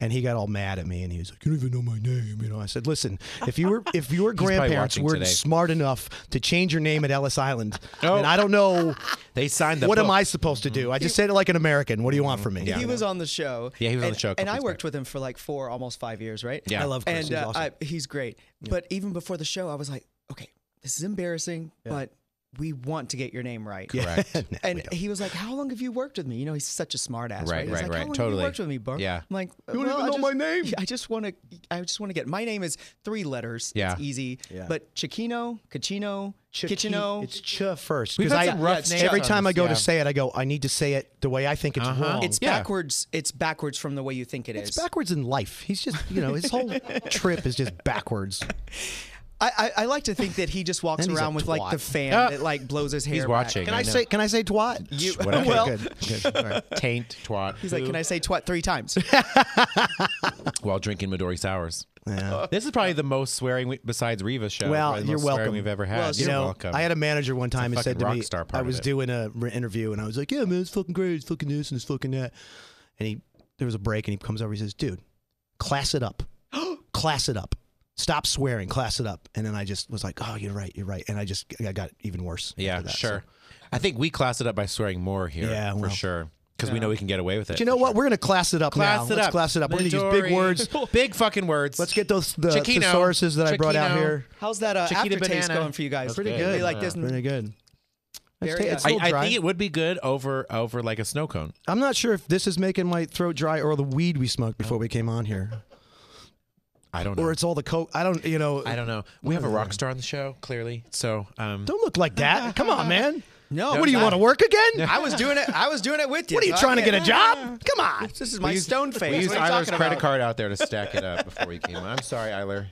Speaker 3: And he got all mad at me and he was like, "You don't even know my name." You know, I said, "Listen, if you were if
Speaker 1: <laughs>
Speaker 3: your
Speaker 1: probably
Speaker 3: grandparents
Speaker 1: watching
Speaker 3: were
Speaker 1: today.
Speaker 3: smart enough to change your name at Ellis Island,
Speaker 1: Oh.
Speaker 3: then I don't know
Speaker 1: They signed <laughs> the.
Speaker 3: what am
Speaker 1: book.
Speaker 3: I supposed to do. I just said it like an American. What do you want from me?"
Speaker 2: he was on the show.
Speaker 1: Yeah, he was on
Speaker 2: and,
Speaker 1: the show a
Speaker 2: And
Speaker 1: couple
Speaker 2: I
Speaker 1: weeks
Speaker 2: worked with him for like four, almost five years, right?
Speaker 1: Yeah.
Speaker 3: I love Chris.
Speaker 2: and
Speaker 3: He's
Speaker 2: uh,
Speaker 3: awesome.
Speaker 2: I, he's great. But even before the show, I was like, okay, this is embarrassing, but we want to get your name right.
Speaker 3: <laughs>
Speaker 1: Correct.
Speaker 3: No, we
Speaker 2: And
Speaker 3: don't.
Speaker 2: he was like, how long have you worked with me? You know, he's such a smart ass,
Speaker 1: Right,
Speaker 2: right? He's
Speaker 1: right,
Speaker 2: like,
Speaker 1: right.
Speaker 2: How long Have
Speaker 1: Totally.
Speaker 2: you worked with me, bro?
Speaker 1: Yeah.
Speaker 2: I'm like, you
Speaker 3: don't even know my name."
Speaker 2: <laughs> I just want to. I just want to get. My name is three letters.
Speaker 1: Yeah.
Speaker 2: It's easy.
Speaker 3: Yeah.
Speaker 2: But Chiquino, Cachino, Kitchino.
Speaker 3: It's Ch first
Speaker 1: We've
Speaker 3: because
Speaker 1: had
Speaker 3: I
Speaker 1: some rough
Speaker 2: it's
Speaker 1: names
Speaker 2: Chuck.
Speaker 3: every
Speaker 1: on
Speaker 3: time
Speaker 1: this,
Speaker 3: I go
Speaker 1: yeah.
Speaker 3: to say it, I go, "I need to say it the way I think it's
Speaker 1: Uh-huh.
Speaker 3: wrong."
Speaker 1: It's
Speaker 2: It's
Speaker 1: Yeah.
Speaker 2: backwards. It's backwards from the way you think it is.
Speaker 3: It's backwards in life. He's just, you know, his <laughs> whole trip is just backwards.
Speaker 2: I, I, I like to think that he just walks
Speaker 3: And he's a
Speaker 2: around with like the
Speaker 3: twat.
Speaker 2: fan
Speaker 1: Ah.
Speaker 2: that like blows his hair. back.
Speaker 1: watching.
Speaker 3: Can
Speaker 1: I
Speaker 3: I,
Speaker 1: know.
Speaker 3: say? Can I say twat? <laughs> You,
Speaker 1: whatever.
Speaker 2: Well-
Speaker 3: good. good. All right.
Speaker 1: Taint twat.
Speaker 2: He's like, can I say twat three times?
Speaker 1: While drinking Midori sours.
Speaker 3: Yeah.
Speaker 1: This is probably the most swearing we, besides Riva's show.
Speaker 3: <laughs> Well,
Speaker 1: probably the
Speaker 3: you're
Speaker 1: most swearing
Speaker 3: welcome.
Speaker 1: We've ever had.
Speaker 2: Well,
Speaker 3: You
Speaker 1: you're
Speaker 3: know,
Speaker 1: welcome.
Speaker 3: I had a manager one time who
Speaker 1: fucking
Speaker 3: said to
Speaker 1: rock
Speaker 3: me,
Speaker 1: star part
Speaker 3: I
Speaker 1: of
Speaker 3: was
Speaker 1: it.
Speaker 3: doing a re- interview and I was like, "Yeah, man, it's fucking great. It's fucking this and it's fucking that." And he, there was a break and he comes over. He says, "Dude, class it <gasps> up. class it up. Stop swearing. Class it up." And then I just was like, "Oh, you're right. You're right." And I just, I got even worse.
Speaker 1: yeah,
Speaker 3: after that, so.
Speaker 1: sure. I think we classed it up by swearing more here.
Speaker 3: Yeah,
Speaker 1: for
Speaker 3: well.
Speaker 1: sure. Because we know we can get away with it.
Speaker 3: But you know what? We're gonna class it up
Speaker 1: Class
Speaker 3: now.
Speaker 1: it
Speaker 3: Let's
Speaker 1: up.
Speaker 3: class it up. We're gonna use
Speaker 1: Midori.
Speaker 3: big
Speaker 1: <laughs>
Speaker 3: words.
Speaker 1: big fucking words.
Speaker 3: Let's get those the
Speaker 1: Chiquino.
Speaker 3: thesauruses that I brought out
Speaker 1: Chiquino.
Speaker 3: here.
Speaker 2: How's that uh,
Speaker 1: Chiquita
Speaker 2: aftertaste
Speaker 1: banana.
Speaker 2: going for you guys?
Speaker 1: Pretty
Speaker 2: Really
Speaker 1: good.
Speaker 2: Like this.
Speaker 3: Pretty good. It's,
Speaker 2: Very,
Speaker 3: ta- it's
Speaker 2: uh,
Speaker 3: still
Speaker 1: I, I
Speaker 3: dry.
Speaker 1: think it would be good over over like a snow cone.
Speaker 3: I'm not sure if this is making my throat dry or the weed we smoked before we came on here,
Speaker 1: I don't know.
Speaker 3: or it's all the coke. I don't, you know.
Speaker 1: I don't know. We have a rock star on the show, clearly. So um,
Speaker 3: Don't look like that. Come on, man.
Speaker 2: No,
Speaker 3: What do you want to work again?
Speaker 2: I was
Speaker 1: <laughs>
Speaker 2: doing it. I was doing it with you.
Speaker 3: What are you
Speaker 2: so I
Speaker 3: trying to get a
Speaker 2: can't-
Speaker 3: job? Come on.
Speaker 2: This is my stone face.
Speaker 1: we used
Speaker 2: what are you
Speaker 1: Eiler's
Speaker 2: talking
Speaker 1: credit
Speaker 2: about?
Speaker 1: card out
Speaker 3: <laughs>
Speaker 1: there to stack it up before we came. on. I'm sorry, Eiler.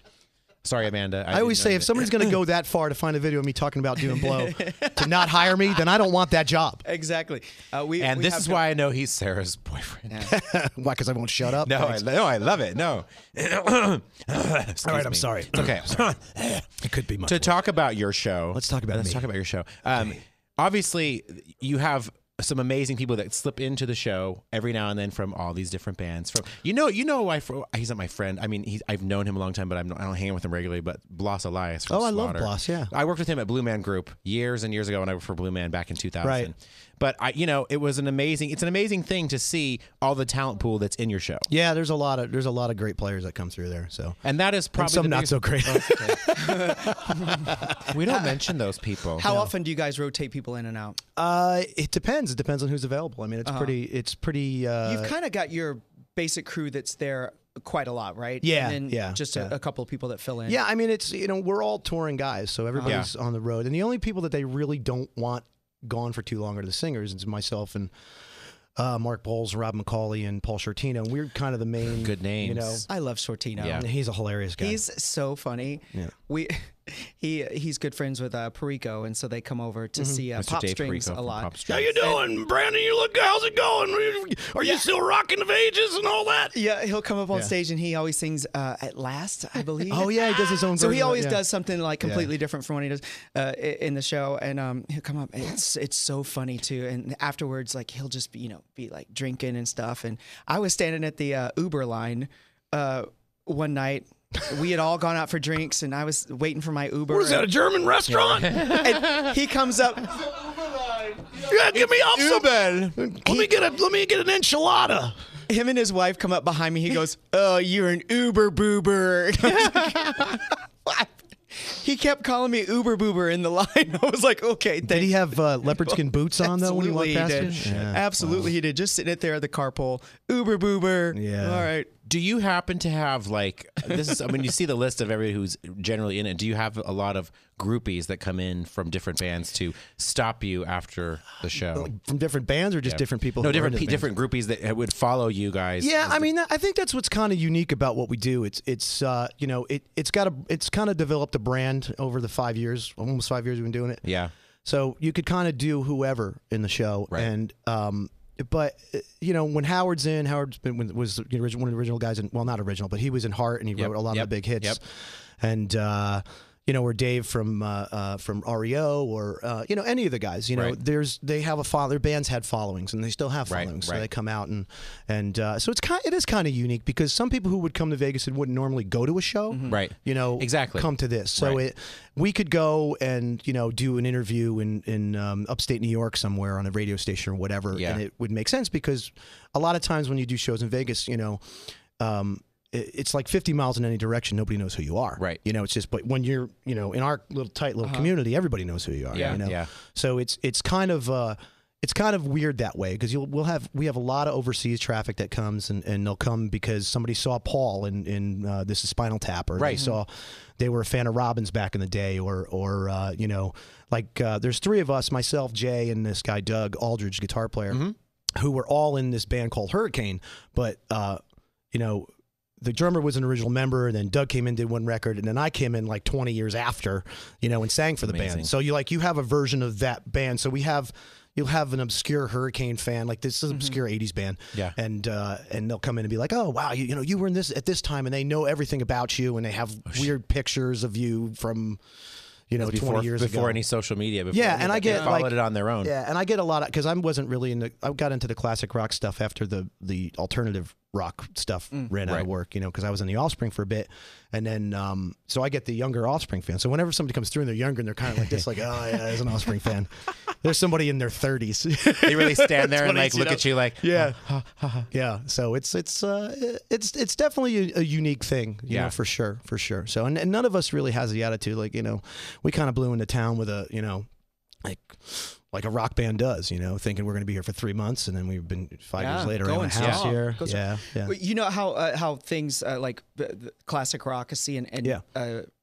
Speaker 1: Sorry, Amanda.
Speaker 3: I
Speaker 1: <laughs>
Speaker 3: always say if somebody's going to go that far to find a video of me talking about doing blow to not hire me, then I don't want that job.
Speaker 2: Exactly. Uh, we,
Speaker 1: and
Speaker 2: we
Speaker 1: this
Speaker 2: have
Speaker 1: is
Speaker 2: no-
Speaker 1: why I know he's Sarah's boyfriend.
Speaker 3: Why? Because I won't shut up.
Speaker 1: <laughs> No,
Speaker 3: All
Speaker 1: I, no, I love it.
Speaker 3: <laughs>
Speaker 1: No. All
Speaker 3: right, I'm sorry.
Speaker 1: It's okay.
Speaker 3: <laughs> It could be much.
Speaker 1: to
Speaker 3: worse.
Speaker 1: talk about your show.
Speaker 3: Let's talk about
Speaker 1: Let's
Speaker 3: me.
Speaker 1: talk about your show. Um, obviously, you have some amazing people that slip into the show every now and then from all these different bands. From you know, you know, I he's not my friend. I mean, he's, I've known him a long time, but I'm, I don't hang out with him regularly. But Blas Elias. From
Speaker 3: Oh, I love
Speaker 1: Slaughter.
Speaker 3: Blas, yeah.
Speaker 1: I worked with him at Blue Man Group years and years ago when I worked for Blue Man back in 2000.
Speaker 3: Right.
Speaker 1: But I, you know, it was an amazing. It's an amazing thing to see all the talent pool that's in your show.
Speaker 3: yeah, there's a lot of there's a lot of great players that come through there. So
Speaker 1: And that is probably
Speaker 3: and some
Speaker 1: the
Speaker 3: not
Speaker 1: biggest-
Speaker 3: so great.
Speaker 1: <laughs> We don't mention those people.
Speaker 2: How often do you guys rotate people in and out?
Speaker 3: Uh, it depends. It depends on who's available. I mean, it's pretty. It's pretty. Uh,
Speaker 2: You've kind of got your basic crew that's there quite a lot, right?
Speaker 3: Yeah,
Speaker 2: And then
Speaker 3: yeah,
Speaker 2: Just
Speaker 3: yeah.
Speaker 2: A, a couple of people that fill in.
Speaker 3: Yeah, I mean it's you know we're all touring guys, so everybody's on the road, and the only people that they really don't want gone for too long are the singers. It's myself and uh, Mark Bowles, Rob McCauley, and Paul Shortino. And we're kind of the main
Speaker 1: Good names.
Speaker 3: You know,
Speaker 2: I love Sortino.
Speaker 1: Yeah.
Speaker 3: And he's a hilarious guy.
Speaker 2: He's so funny.
Speaker 3: Yeah.
Speaker 2: We, <laughs> he he's good friends with uh, Perico, and so they come over
Speaker 3: Mm-hmm.
Speaker 2: to see uh,
Speaker 1: Mr.
Speaker 2: Pop
Speaker 1: Dave
Speaker 2: Strings
Speaker 1: Perico
Speaker 2: a
Speaker 1: from
Speaker 2: lot.
Speaker 1: Pop Strings.
Speaker 3: doing, Brandon? You look. How's it going? Are you still rocking the ages and all that?
Speaker 2: Yeah, he'll come up on
Speaker 3: Yeah.
Speaker 2: stage and he always sings uh, "At Last," I believe.
Speaker 3: Oh yeah, he does his own.
Speaker 2: So he
Speaker 3: version of it,
Speaker 2: always
Speaker 3: yeah.
Speaker 2: does something like completely different from what he does uh, i- in the show, and um, he'll come up. and It's it's so funny too. And afterwards, like he'll just be, you know be like drinking and stuff. And I was standing at the uh, Uber line uh, one night. We had all gone out for drinks, and I was waiting for my Uber.
Speaker 4: Is that a German restaurant?
Speaker 3: <laughs>
Speaker 2: and he comes up.
Speaker 4: yeah, give me off some.
Speaker 1: Uber.
Speaker 4: Let me get a let me get an enchilada.
Speaker 2: Him and his wife come up behind me. He goes, "Oh, you're an Uber boober." And I was like, <laughs> he kept calling me Uber boober in the line. <laughs> I was like, "Okay,
Speaker 3: Did
Speaker 2: thank
Speaker 3: he have uh, leopard skin boots on though when he walked
Speaker 2: Absolutely
Speaker 3: past
Speaker 2: did.
Speaker 3: you? Yeah.
Speaker 2: Absolutely, he did. Just sitting it there at the carpool, Uber boober.
Speaker 3: Yeah.
Speaker 2: All right.
Speaker 1: Do you happen to have like this is I mean you see the list of everybody who's generally in it. Do you have a lot of groupies that come in from different bands to stop you after the show?
Speaker 3: From different bands or just different people? who
Speaker 1: No,
Speaker 3: are
Speaker 1: different
Speaker 3: into
Speaker 1: pe-
Speaker 3: the bands?
Speaker 1: different groupies that would follow you guys.
Speaker 3: Yeah,
Speaker 1: as
Speaker 3: I
Speaker 1: the-
Speaker 3: mean, I think that's what's kind of unique about what we do. It's it's uh, you know it it's got a it's kind of developed a brand over the five years, almost five years we've been doing it.
Speaker 1: yeah.
Speaker 3: So you could kind of do whoever in the show,
Speaker 1: Right.
Speaker 3: and um, but uh, you know when Howard's in, Howard's been when, was the original, one of the original guys in. Well, not original, but he was in Heart, and he wrote a lot
Speaker 1: yep,
Speaker 3: of the big hits.
Speaker 1: yep.
Speaker 3: And uh, you know, or Dave from uh, uh, from REO, or uh, you know any of the guys. You know,
Speaker 1: Right.
Speaker 3: there's they have a follow. Their bands had followings, and they still have
Speaker 1: Right,
Speaker 3: followings. So
Speaker 1: right.
Speaker 3: they come out and and uh, so it's kind it is kind of unique because some people who would come to Vegas and wouldn't normally go to a show,
Speaker 1: Right.
Speaker 3: You know,
Speaker 1: Exactly.
Speaker 3: come to this. So
Speaker 1: Right.
Speaker 3: it we could go and you know do an interview in in um, upstate New York somewhere on a radio station or whatever,
Speaker 1: Yeah.
Speaker 3: and it would make sense because a lot of times when you do shows in Vegas, you know. Um, it- it's like 50 miles in any direction. Nobody knows who you are.
Speaker 1: Right. Uh-huh.
Speaker 3: You know, it's just, but when you're, you know, in our little tight little community, everybody knows who you are.
Speaker 1: Yeah,
Speaker 3: You know?
Speaker 1: yeah.
Speaker 3: So it's it's kind of uh, it's kind of weird that way because you'll we'll have we have a lot of overseas traffic that comes and, and they'll come because somebody saw Paul in in uh, this is Spinal Tap or they
Speaker 1: Right.
Speaker 3: saw they were a fan of Robbins back in the day or or uh, you know like uh, there's three of us myself Jay and this guy Doug Aldridge guitar player who were all in this band called Hurricane but uh, you know. The drummer was an original member, and then Doug came in, did one record, and then I came in like 20 years after, you know, and sang for the
Speaker 1: Amazing.
Speaker 3: band. So you like you have a version of that band. So we have you'll have an obscure Hurricane fan, like this is an obscure '80s band,
Speaker 1: Yeah.
Speaker 3: and uh, and they'll come in and be like, oh wow, you, you know, you were in this at this time, and they know everything about you, and they have
Speaker 1: Oh,
Speaker 3: weird pictures of you from, you know,
Speaker 1: Before,
Speaker 3: 20 years
Speaker 1: before
Speaker 3: ago.
Speaker 1: any social media. Before any
Speaker 3: Yeah,
Speaker 1: of
Speaker 3: and I
Speaker 1: that, they
Speaker 3: get,
Speaker 1: followed
Speaker 3: like-
Speaker 1: it on their own.
Speaker 3: Yeah, and I get a lot of because I wasn't really into. I got into the classic rock stuff after the the alternative rock stuff ran out
Speaker 1: Mm, Right.
Speaker 3: of work, you know, because I was in the Offspring for a bit, and then um, so I get the younger Offspring fan. So whenever somebody comes through and they're younger and they're kind of like
Speaker 1: <laughs>
Speaker 3: this, like, oh yeah, there's an Offspring fan. There's somebody in their <laughs> 30s.
Speaker 1: They really
Speaker 3: <laughs>
Speaker 1: stand there and like
Speaker 3: That's what
Speaker 1: look
Speaker 3: I-
Speaker 1: at you like
Speaker 3: yeah, yeah. So it's it's uh, it's it's definitely a, a unique thing, you
Speaker 1: Yeah.
Speaker 3: know, for sure, for sure. So and, and none of us really has the attitude like you know, we kind of blew into town with a you know, like like a rock band does, you know, thinking we're going to be here for three months, and then we've been five
Speaker 2: Yeah,
Speaker 3: years later
Speaker 2: going
Speaker 3: in a house
Speaker 2: strong.
Speaker 3: here,
Speaker 2: Goes-
Speaker 3: yeah, yeah.
Speaker 2: But You know how uh, how things uh, like the, the classic rockacy and, and
Speaker 3: Yeah.
Speaker 2: uh,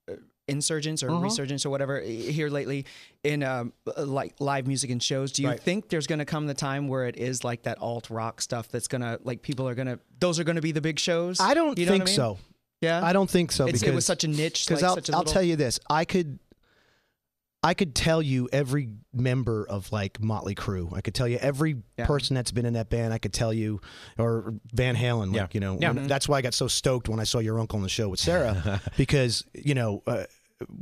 Speaker 2: uh, insurgents or
Speaker 3: Uh-huh.
Speaker 2: resurgence or whatever i- here lately in um, uh, like live music and shows. Do you
Speaker 3: Right.
Speaker 2: think there's going to come the time where it is like that alt rock stuff that's gonna like people are gonna those are gonna be the big shows?
Speaker 3: I don't
Speaker 2: You know what
Speaker 3: think
Speaker 2: I mean?
Speaker 3: so.
Speaker 2: Yeah,
Speaker 3: I don't think so
Speaker 2: It's,
Speaker 3: because
Speaker 2: it was such a niche.
Speaker 3: Because
Speaker 2: like,
Speaker 3: I'll,
Speaker 2: such a
Speaker 3: I'll
Speaker 2: little-
Speaker 3: tell you this, I could, I could tell you every member of like Motley Crue. I could tell you every
Speaker 2: Yeah.
Speaker 3: person that's been in that band. I could tell you, or Van Halen.
Speaker 1: Yeah.
Speaker 3: Like, you know,
Speaker 1: Yeah.
Speaker 3: when- that's why I got so stoked when I saw your uncle on the show
Speaker 1: <laughs>
Speaker 3: with Sarah, because you know, uh,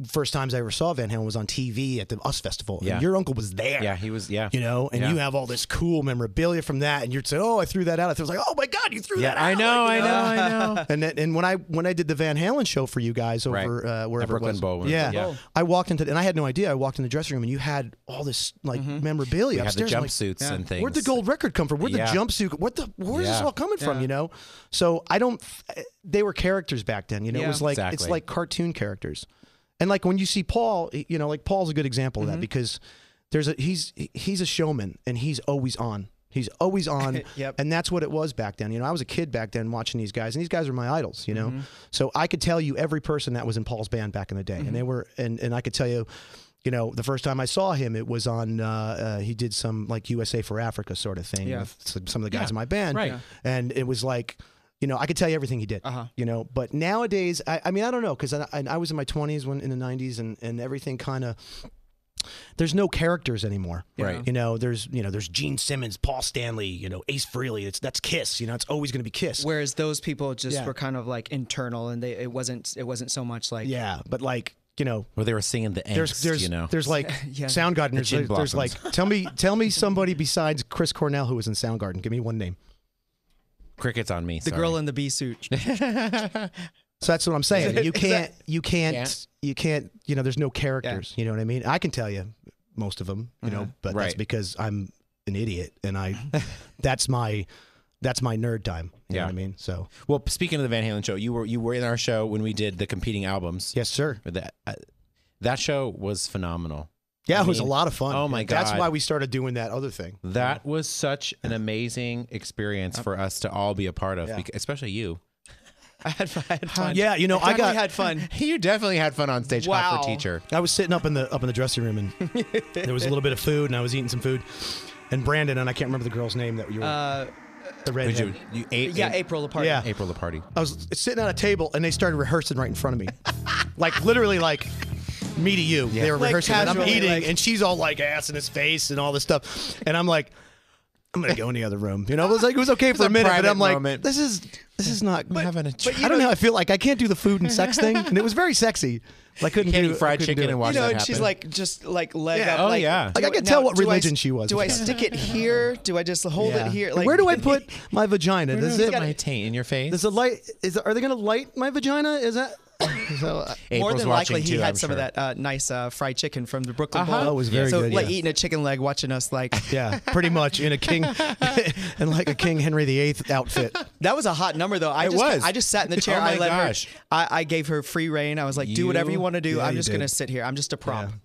Speaker 3: first times I ever saw Van Halen was on TV at the Us Festival.
Speaker 1: Yeah.
Speaker 3: And your uncle was there.
Speaker 1: Yeah, he was yeah.
Speaker 3: You know, and
Speaker 1: Yeah.
Speaker 3: you have all this cool memorabilia from that, and you'd say, "Oh, I threw that out." I was like, "Oh my god, you threw
Speaker 1: yeah,
Speaker 3: that out!"
Speaker 1: I know,
Speaker 3: Like,
Speaker 1: I
Speaker 3: you
Speaker 1: know, I
Speaker 3: <laughs>
Speaker 1: know.
Speaker 3: and then, and when I when I did the Van Halen show for you guys over uh, wherever
Speaker 1: Brooklyn
Speaker 3: it was,
Speaker 1: Bowl,
Speaker 3: yeah,
Speaker 1: yeah. Bowl.
Speaker 3: I walked into and I had no idea. I walked in the dressing room and you had all this like
Speaker 1: Mm-hmm. We
Speaker 3: memorabilia
Speaker 1: had the
Speaker 3: upstairs. I'm like,
Speaker 1: jumpsuits and things.
Speaker 3: Where'd the gold record come from? Where'd
Speaker 1: Yeah.
Speaker 3: the jumpsuit? What the? Where's this
Speaker 1: Yeah.
Speaker 3: all coming from? You know, so I don't. They were characters back then. You know,
Speaker 2: Yeah.
Speaker 3: it was like
Speaker 1: Exactly.
Speaker 3: it's like cartoon characters, and like when you see Paul, you know, like Paul's a good example of that because there's a he's he's a showman and he's always on. He's always on.
Speaker 2: Yep.
Speaker 3: And that's what it was back then. You know, I was a kid back then watching these guys, and these guys are my idols, you know? So I could tell you every person that was in Paul's band back in the day. And they were, and, and I could tell you, you know, the first time I saw him, it was on, uh, uh, he did some like USA for Africa sort of thing
Speaker 2: Yeah.
Speaker 3: with some, some of the guys in my band.
Speaker 1: right. Yeah.
Speaker 3: And it was like, you know, I could tell you everything he did. Uh-huh. You know, but nowadays, I, I mean, I don't know, because I, I I was in my 20s when in the 90s, and, and everything kind of there's no characters anymore.
Speaker 1: Right.
Speaker 3: You know, there's you know, there's Gene Simmons, Paul Stanley, you know, Ace Frehley. It's that's Kiss. You know, it's always going to be Kiss.
Speaker 2: Whereas those people just
Speaker 3: Yeah.
Speaker 2: were kind of like internal, and they it wasn't it wasn't so much like
Speaker 3: yeah, but like you know,
Speaker 1: Where they were singing the angst,
Speaker 3: there's there's
Speaker 1: you know.
Speaker 3: there's like
Speaker 2: Yeah.
Speaker 3: Soundgarden. There's,
Speaker 1: chin
Speaker 3: there's, there's like
Speaker 1: blossoms.
Speaker 3: tell me tell me somebody besides Chris Cornell who was in Soundgarden. Give me one name.
Speaker 1: Crickets on me.
Speaker 2: the girl in the bee
Speaker 3: <laughs>
Speaker 2: suit.
Speaker 3: So that's what I'm
Speaker 1: <laughs>
Speaker 3: saying. You can't you can't
Speaker 1: Can't?
Speaker 3: you can't you know, there's no characters. You know what I mean? I can tell you most of them, you know, but that's
Speaker 1: Uh-huh. Right.
Speaker 3: because I'm an idiot
Speaker 1: <laughs>
Speaker 3: and I that's my that's my nerd time. You know
Speaker 1: Yeah.
Speaker 3: what I mean? So
Speaker 1: <laughs> Well, speaking of the Van Halen show, you were you were in our show when we did the competing albums.
Speaker 3: yes, sir.
Speaker 1: That uh, that show was phenomenal.
Speaker 3: Yeah,
Speaker 1: I
Speaker 3: it was a
Speaker 1: mean,
Speaker 3: lot of fun.
Speaker 1: oh my
Speaker 3: And That's
Speaker 1: God.
Speaker 3: why we started doing that other thing.
Speaker 1: That was such an amazing experience for us to all be a part of,
Speaker 3: Yeah.
Speaker 1: bec- especially
Speaker 3: <laughs>
Speaker 1: you.
Speaker 2: I had, fun- I had fun.
Speaker 3: Uh, Yeah, you know, I
Speaker 2: We
Speaker 3: got
Speaker 2: had
Speaker 3: <laughs>
Speaker 2: fun.
Speaker 1: <laughs> You definitely had fun on stage, wow.
Speaker 2: Wow.
Speaker 1: teacher.
Speaker 3: I was sitting up in the up in the dressing room and there was a little bit of food and I was eating some food. And Brandon and I can't remember the girl's name that you were
Speaker 2: Uh,
Speaker 3: the
Speaker 1: Did
Speaker 3: red.
Speaker 1: you, you ate,
Speaker 2: yeah,
Speaker 1: ate-
Speaker 2: April apart.
Speaker 3: Yeah.
Speaker 1: April the party.
Speaker 3: I was sitting at a table and they started rehearsing right in front of me. like literally like me to you. They were
Speaker 2: Like,
Speaker 3: rehearsing and I'm
Speaker 2: casually,
Speaker 3: eating
Speaker 2: like-
Speaker 3: and she's all like ass in his face and all this stuff. And I'm like I'm gonna go in the other room. You know, it was like it was okay for
Speaker 1: a
Speaker 3: a minute, but
Speaker 1: private
Speaker 3: I'm like,
Speaker 1: moment.
Speaker 3: this is this is not.
Speaker 1: We're having a
Speaker 3: I don't know. how I feel like I can't do the food and sex thing, and it was very sexy. But I couldn't
Speaker 1: Can't
Speaker 3: do
Speaker 1: eat
Speaker 3: I
Speaker 1: fried
Speaker 3: couldn't do
Speaker 1: chicken
Speaker 3: it.
Speaker 1: and watch
Speaker 2: you know,
Speaker 1: that
Speaker 2: and she's
Speaker 1: happen.
Speaker 2: like just like leg
Speaker 3: Yeah.
Speaker 2: up.
Speaker 1: Oh,
Speaker 2: like,
Speaker 1: yeah.
Speaker 3: Like, I
Speaker 2: do
Speaker 3: could tell what
Speaker 2: do I-
Speaker 3: religion she was.
Speaker 2: Do I stick it here? Do I just hold
Speaker 3: Yeah.
Speaker 2: it here? Like
Speaker 3: Where do I <laughs> put my vagina? Does
Speaker 1: Is
Speaker 3: it?
Speaker 1: it my taint in your face?
Speaker 3: Does the light? Is are they gonna light my vagina? Is that?
Speaker 2: <laughs>
Speaker 3: so,
Speaker 2: More
Speaker 1: April's watching
Speaker 2: than likely, he
Speaker 1: too,
Speaker 2: had
Speaker 1: I'm
Speaker 2: some of
Speaker 1: sure.
Speaker 2: that uh, nice uh, fried chicken from the Brooklyn
Speaker 3: Uh-huh.
Speaker 2: Bowl.
Speaker 3: That was very
Speaker 2: so,
Speaker 3: good,
Speaker 2: like
Speaker 3: yeah.
Speaker 2: eating a chicken leg, watching us
Speaker 3: <laughs>
Speaker 2: like
Speaker 3: Yeah, pretty much in a king, <laughs> in like a King Henry VIII outfit.
Speaker 2: That was a hot number, though. I
Speaker 1: It
Speaker 2: just,
Speaker 1: was.
Speaker 2: I just sat in
Speaker 3: <laughs>
Speaker 2: the chair.
Speaker 1: Oh my
Speaker 2: I let
Speaker 1: gosh.
Speaker 2: her. I, I gave her free reign. I was like, do whatever
Speaker 1: You-
Speaker 2: you want to do.
Speaker 3: Yeah,
Speaker 2: I'm
Speaker 3: you
Speaker 2: just
Speaker 3: did.
Speaker 2: gonna sit here. I'm just a prop.
Speaker 3: Yeah.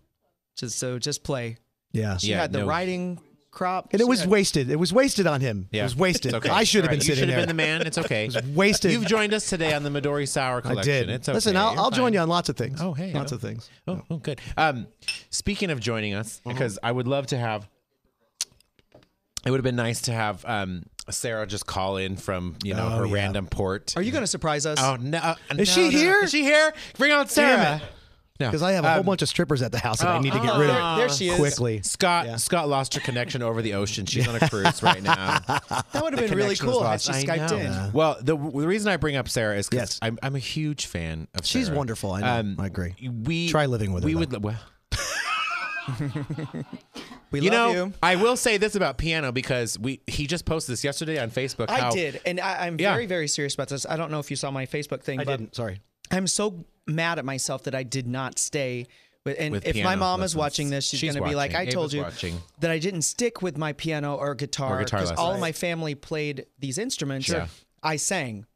Speaker 2: Just so, just play.
Speaker 3: Yeah,
Speaker 2: She
Speaker 1: Yeah,
Speaker 2: had the
Speaker 1: no.
Speaker 2: riding crop.
Speaker 3: and it
Speaker 2: She
Speaker 3: was
Speaker 2: had-
Speaker 3: wasted. It was wasted on him. It was wasted.
Speaker 1: It's okay.
Speaker 3: I should have
Speaker 1: All right.
Speaker 3: been sitting
Speaker 1: You should have been
Speaker 3: there.
Speaker 1: the man. It's okay.
Speaker 3: <laughs> wasted.
Speaker 1: You've joined us today on the Midori Sour
Speaker 3: I
Speaker 1: collection.
Speaker 3: did.
Speaker 1: It's okay.
Speaker 3: Listen, I'll,
Speaker 1: You're
Speaker 3: I'll join
Speaker 1: fine.
Speaker 3: you on lots of things.
Speaker 1: Oh, hey,
Speaker 3: lots
Speaker 1: oh.
Speaker 3: of things.
Speaker 1: Oh, oh, good. Um, speaking of joining us,
Speaker 3: Uh-huh.
Speaker 1: because I would love to have. It would have been nice to have um, Sarah just call in from you know
Speaker 3: Oh,
Speaker 1: her
Speaker 3: yeah.
Speaker 1: random port.
Speaker 2: Are you gonna surprise us?
Speaker 1: Oh no! uh, no,
Speaker 3: she
Speaker 1: no, no.
Speaker 3: here?
Speaker 1: Is she here? Bring on Sarah. No, Um, Ah.
Speaker 3: Because I have a whole bunch of strippers at the house that I need to get
Speaker 2: Oh,
Speaker 3: rid
Speaker 2: there,
Speaker 3: of
Speaker 2: there she is.
Speaker 3: quickly.
Speaker 1: Scott Scott lost her connection over the oction. She's on
Speaker 3: <laughs>
Speaker 1: a cruise right now.
Speaker 2: That would have been really
Speaker 1: Connection was
Speaker 2: cool had
Speaker 1: lost.
Speaker 2: she
Speaker 1: I
Speaker 2: skyped
Speaker 1: know.
Speaker 2: in.
Speaker 1: Well, the, the reason I bring up Sarah is because
Speaker 3: Yes.
Speaker 1: I'm, I'm a huge fan of.
Speaker 3: She's
Speaker 1: Sarah.
Speaker 3: wonderful, I
Speaker 1: Um,
Speaker 3: know. I agree.
Speaker 1: We
Speaker 3: Try living with her,
Speaker 1: We
Speaker 3: though.
Speaker 1: would. lo- Well,
Speaker 2: We
Speaker 1: you
Speaker 2: love
Speaker 1: know,
Speaker 2: you.
Speaker 1: I will say this about piano because we he just posted this yesterday on Facebook.
Speaker 2: I
Speaker 1: how-
Speaker 2: did, and I, I'm
Speaker 1: Yeah.
Speaker 2: very, very serious about this. I don't know if you saw my Facebook thing,
Speaker 3: I
Speaker 2: but
Speaker 3: didn't. Sorry.
Speaker 2: I'm so mad at myself that I did not stay. With, and
Speaker 1: With
Speaker 2: if my
Speaker 1: piano
Speaker 2: mom
Speaker 1: lessons.
Speaker 2: is watching this, she's,
Speaker 1: She's
Speaker 2: going to be like, "I
Speaker 1: watching.
Speaker 2: told
Speaker 1: Ava's
Speaker 2: you
Speaker 1: watching.
Speaker 2: that I didn't stick with my piano or guitar
Speaker 1: Or guitar
Speaker 2: because
Speaker 1: lessons.
Speaker 2: all
Speaker 1: Right.
Speaker 2: my family played these instruments.
Speaker 1: Sure. Yeah.
Speaker 2: I sang,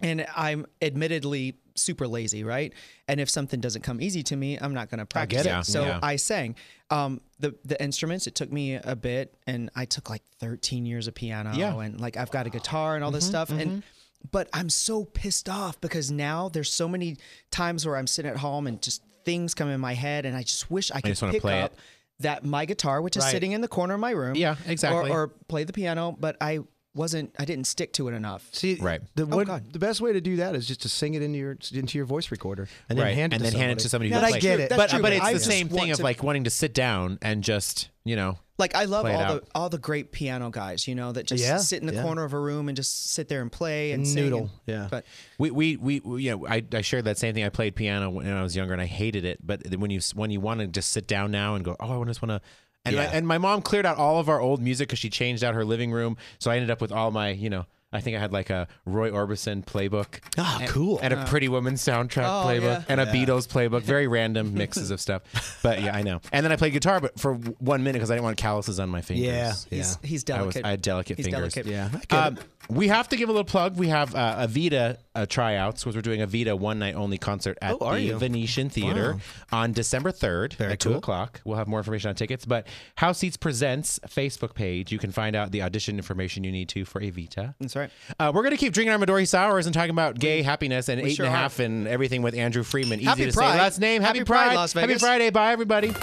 Speaker 2: and I'm admittedly super lazy, right? And if something doesn't come easy to me, I'm not going to practice
Speaker 1: it.
Speaker 2: it.
Speaker 1: Yeah,
Speaker 2: So
Speaker 1: yeah.
Speaker 2: I sang um, the the instruments. It took me a bit, and I took like 13 years of piano,
Speaker 1: Yeah. Mm-hmm,
Speaker 2: and like I've got a guitar and all this stuff, and but I'm so pissed off because now there's so many times where I'm sitting at home and just things come in my head, and I just wish I could
Speaker 1: just wanna
Speaker 2: pick
Speaker 1: play it.
Speaker 2: up that my guitar, which is
Speaker 3: Right.
Speaker 2: sitting in the corner of my room,
Speaker 1: Yeah, exactly.
Speaker 2: or, or play the piano, but I wasn't, I didn't stick to it enough.
Speaker 3: See,
Speaker 1: Right.
Speaker 3: The,
Speaker 2: Oh,
Speaker 3: one-
Speaker 2: God.
Speaker 3: the best way to do that is just to sing it into your into your voice recorder and
Speaker 1: Right,
Speaker 3: then hand it
Speaker 1: and
Speaker 3: to
Speaker 1: then hand it to somebody who
Speaker 3: That
Speaker 1: can
Speaker 3: I
Speaker 1: play.
Speaker 3: get it.
Speaker 2: That's
Speaker 1: but
Speaker 2: true,
Speaker 1: but
Speaker 2: but
Speaker 1: it's
Speaker 2: I
Speaker 1: the
Speaker 2: just
Speaker 1: same thing
Speaker 2: want
Speaker 1: of
Speaker 2: to-
Speaker 1: like wanting to sit down and just you know.
Speaker 2: Like I love
Speaker 1: Play it
Speaker 2: all
Speaker 1: out.
Speaker 2: the all the great piano guys, you know, that just
Speaker 3: Yeah,
Speaker 2: sit in the
Speaker 3: yeah.
Speaker 2: corner of a room and just sit there and play and sing
Speaker 3: Noodle.
Speaker 2: and-
Speaker 3: Yeah.
Speaker 2: But
Speaker 1: We, we, we, we you know, I, I shared that same thing. I played piano when I was younger and I hated it. But then when you, when you want to just sit down now and go, oh, I just want to. And, my,
Speaker 3: Yeah.
Speaker 1: and my mom cleared out all of our old music because she changed out her living room. So I ended up with all my, you know, I think I had like a Roy Orbison playbook.
Speaker 3: Ah, cool.
Speaker 1: And a Pretty Woman soundtrack
Speaker 2: Oh,
Speaker 1: playbook
Speaker 2: yeah.
Speaker 1: and a Beatles
Speaker 3: <laughs>
Speaker 1: playbook. Very random mixes of stuff. But yeah, I know. And then I played guitar, but for w- one minute because I didn't want calluses on my fingers.
Speaker 3: yeah. Yeah.
Speaker 2: he's he's
Speaker 1: I, was,
Speaker 2: delicate.
Speaker 1: I had delicate
Speaker 2: He's
Speaker 1: fingers.
Speaker 2: delicate.
Speaker 3: yeah. I get
Speaker 1: Um,
Speaker 3: it.
Speaker 1: we have to give a little plug. We have uh, Avita uh, tryouts was we're doing a Vita one night only concert at
Speaker 3: Oh, are
Speaker 1: the
Speaker 3: you?
Speaker 1: Venetian Theater on December 3rd
Speaker 3: Very
Speaker 1: at
Speaker 3: cool.
Speaker 1: 2 o'clock. We'll have more information on tickets. But House Seats Presents Facebook page. You can find out the audition information you need to for a Vita.
Speaker 2: That's right.
Speaker 1: Uh, we're going to keep drinking our Midori Sours and talking about gay happiness and eight and a half
Speaker 2: sure
Speaker 1: and everything with Andrew Freeman. Easy
Speaker 2: Happy
Speaker 1: to
Speaker 2: Pride.
Speaker 1: say last name. Happy,
Speaker 2: Happy Pride,
Speaker 1: Pride.
Speaker 2: Las
Speaker 1: Happy
Speaker 2: Vegas.
Speaker 1: Friday. Bye, everybody.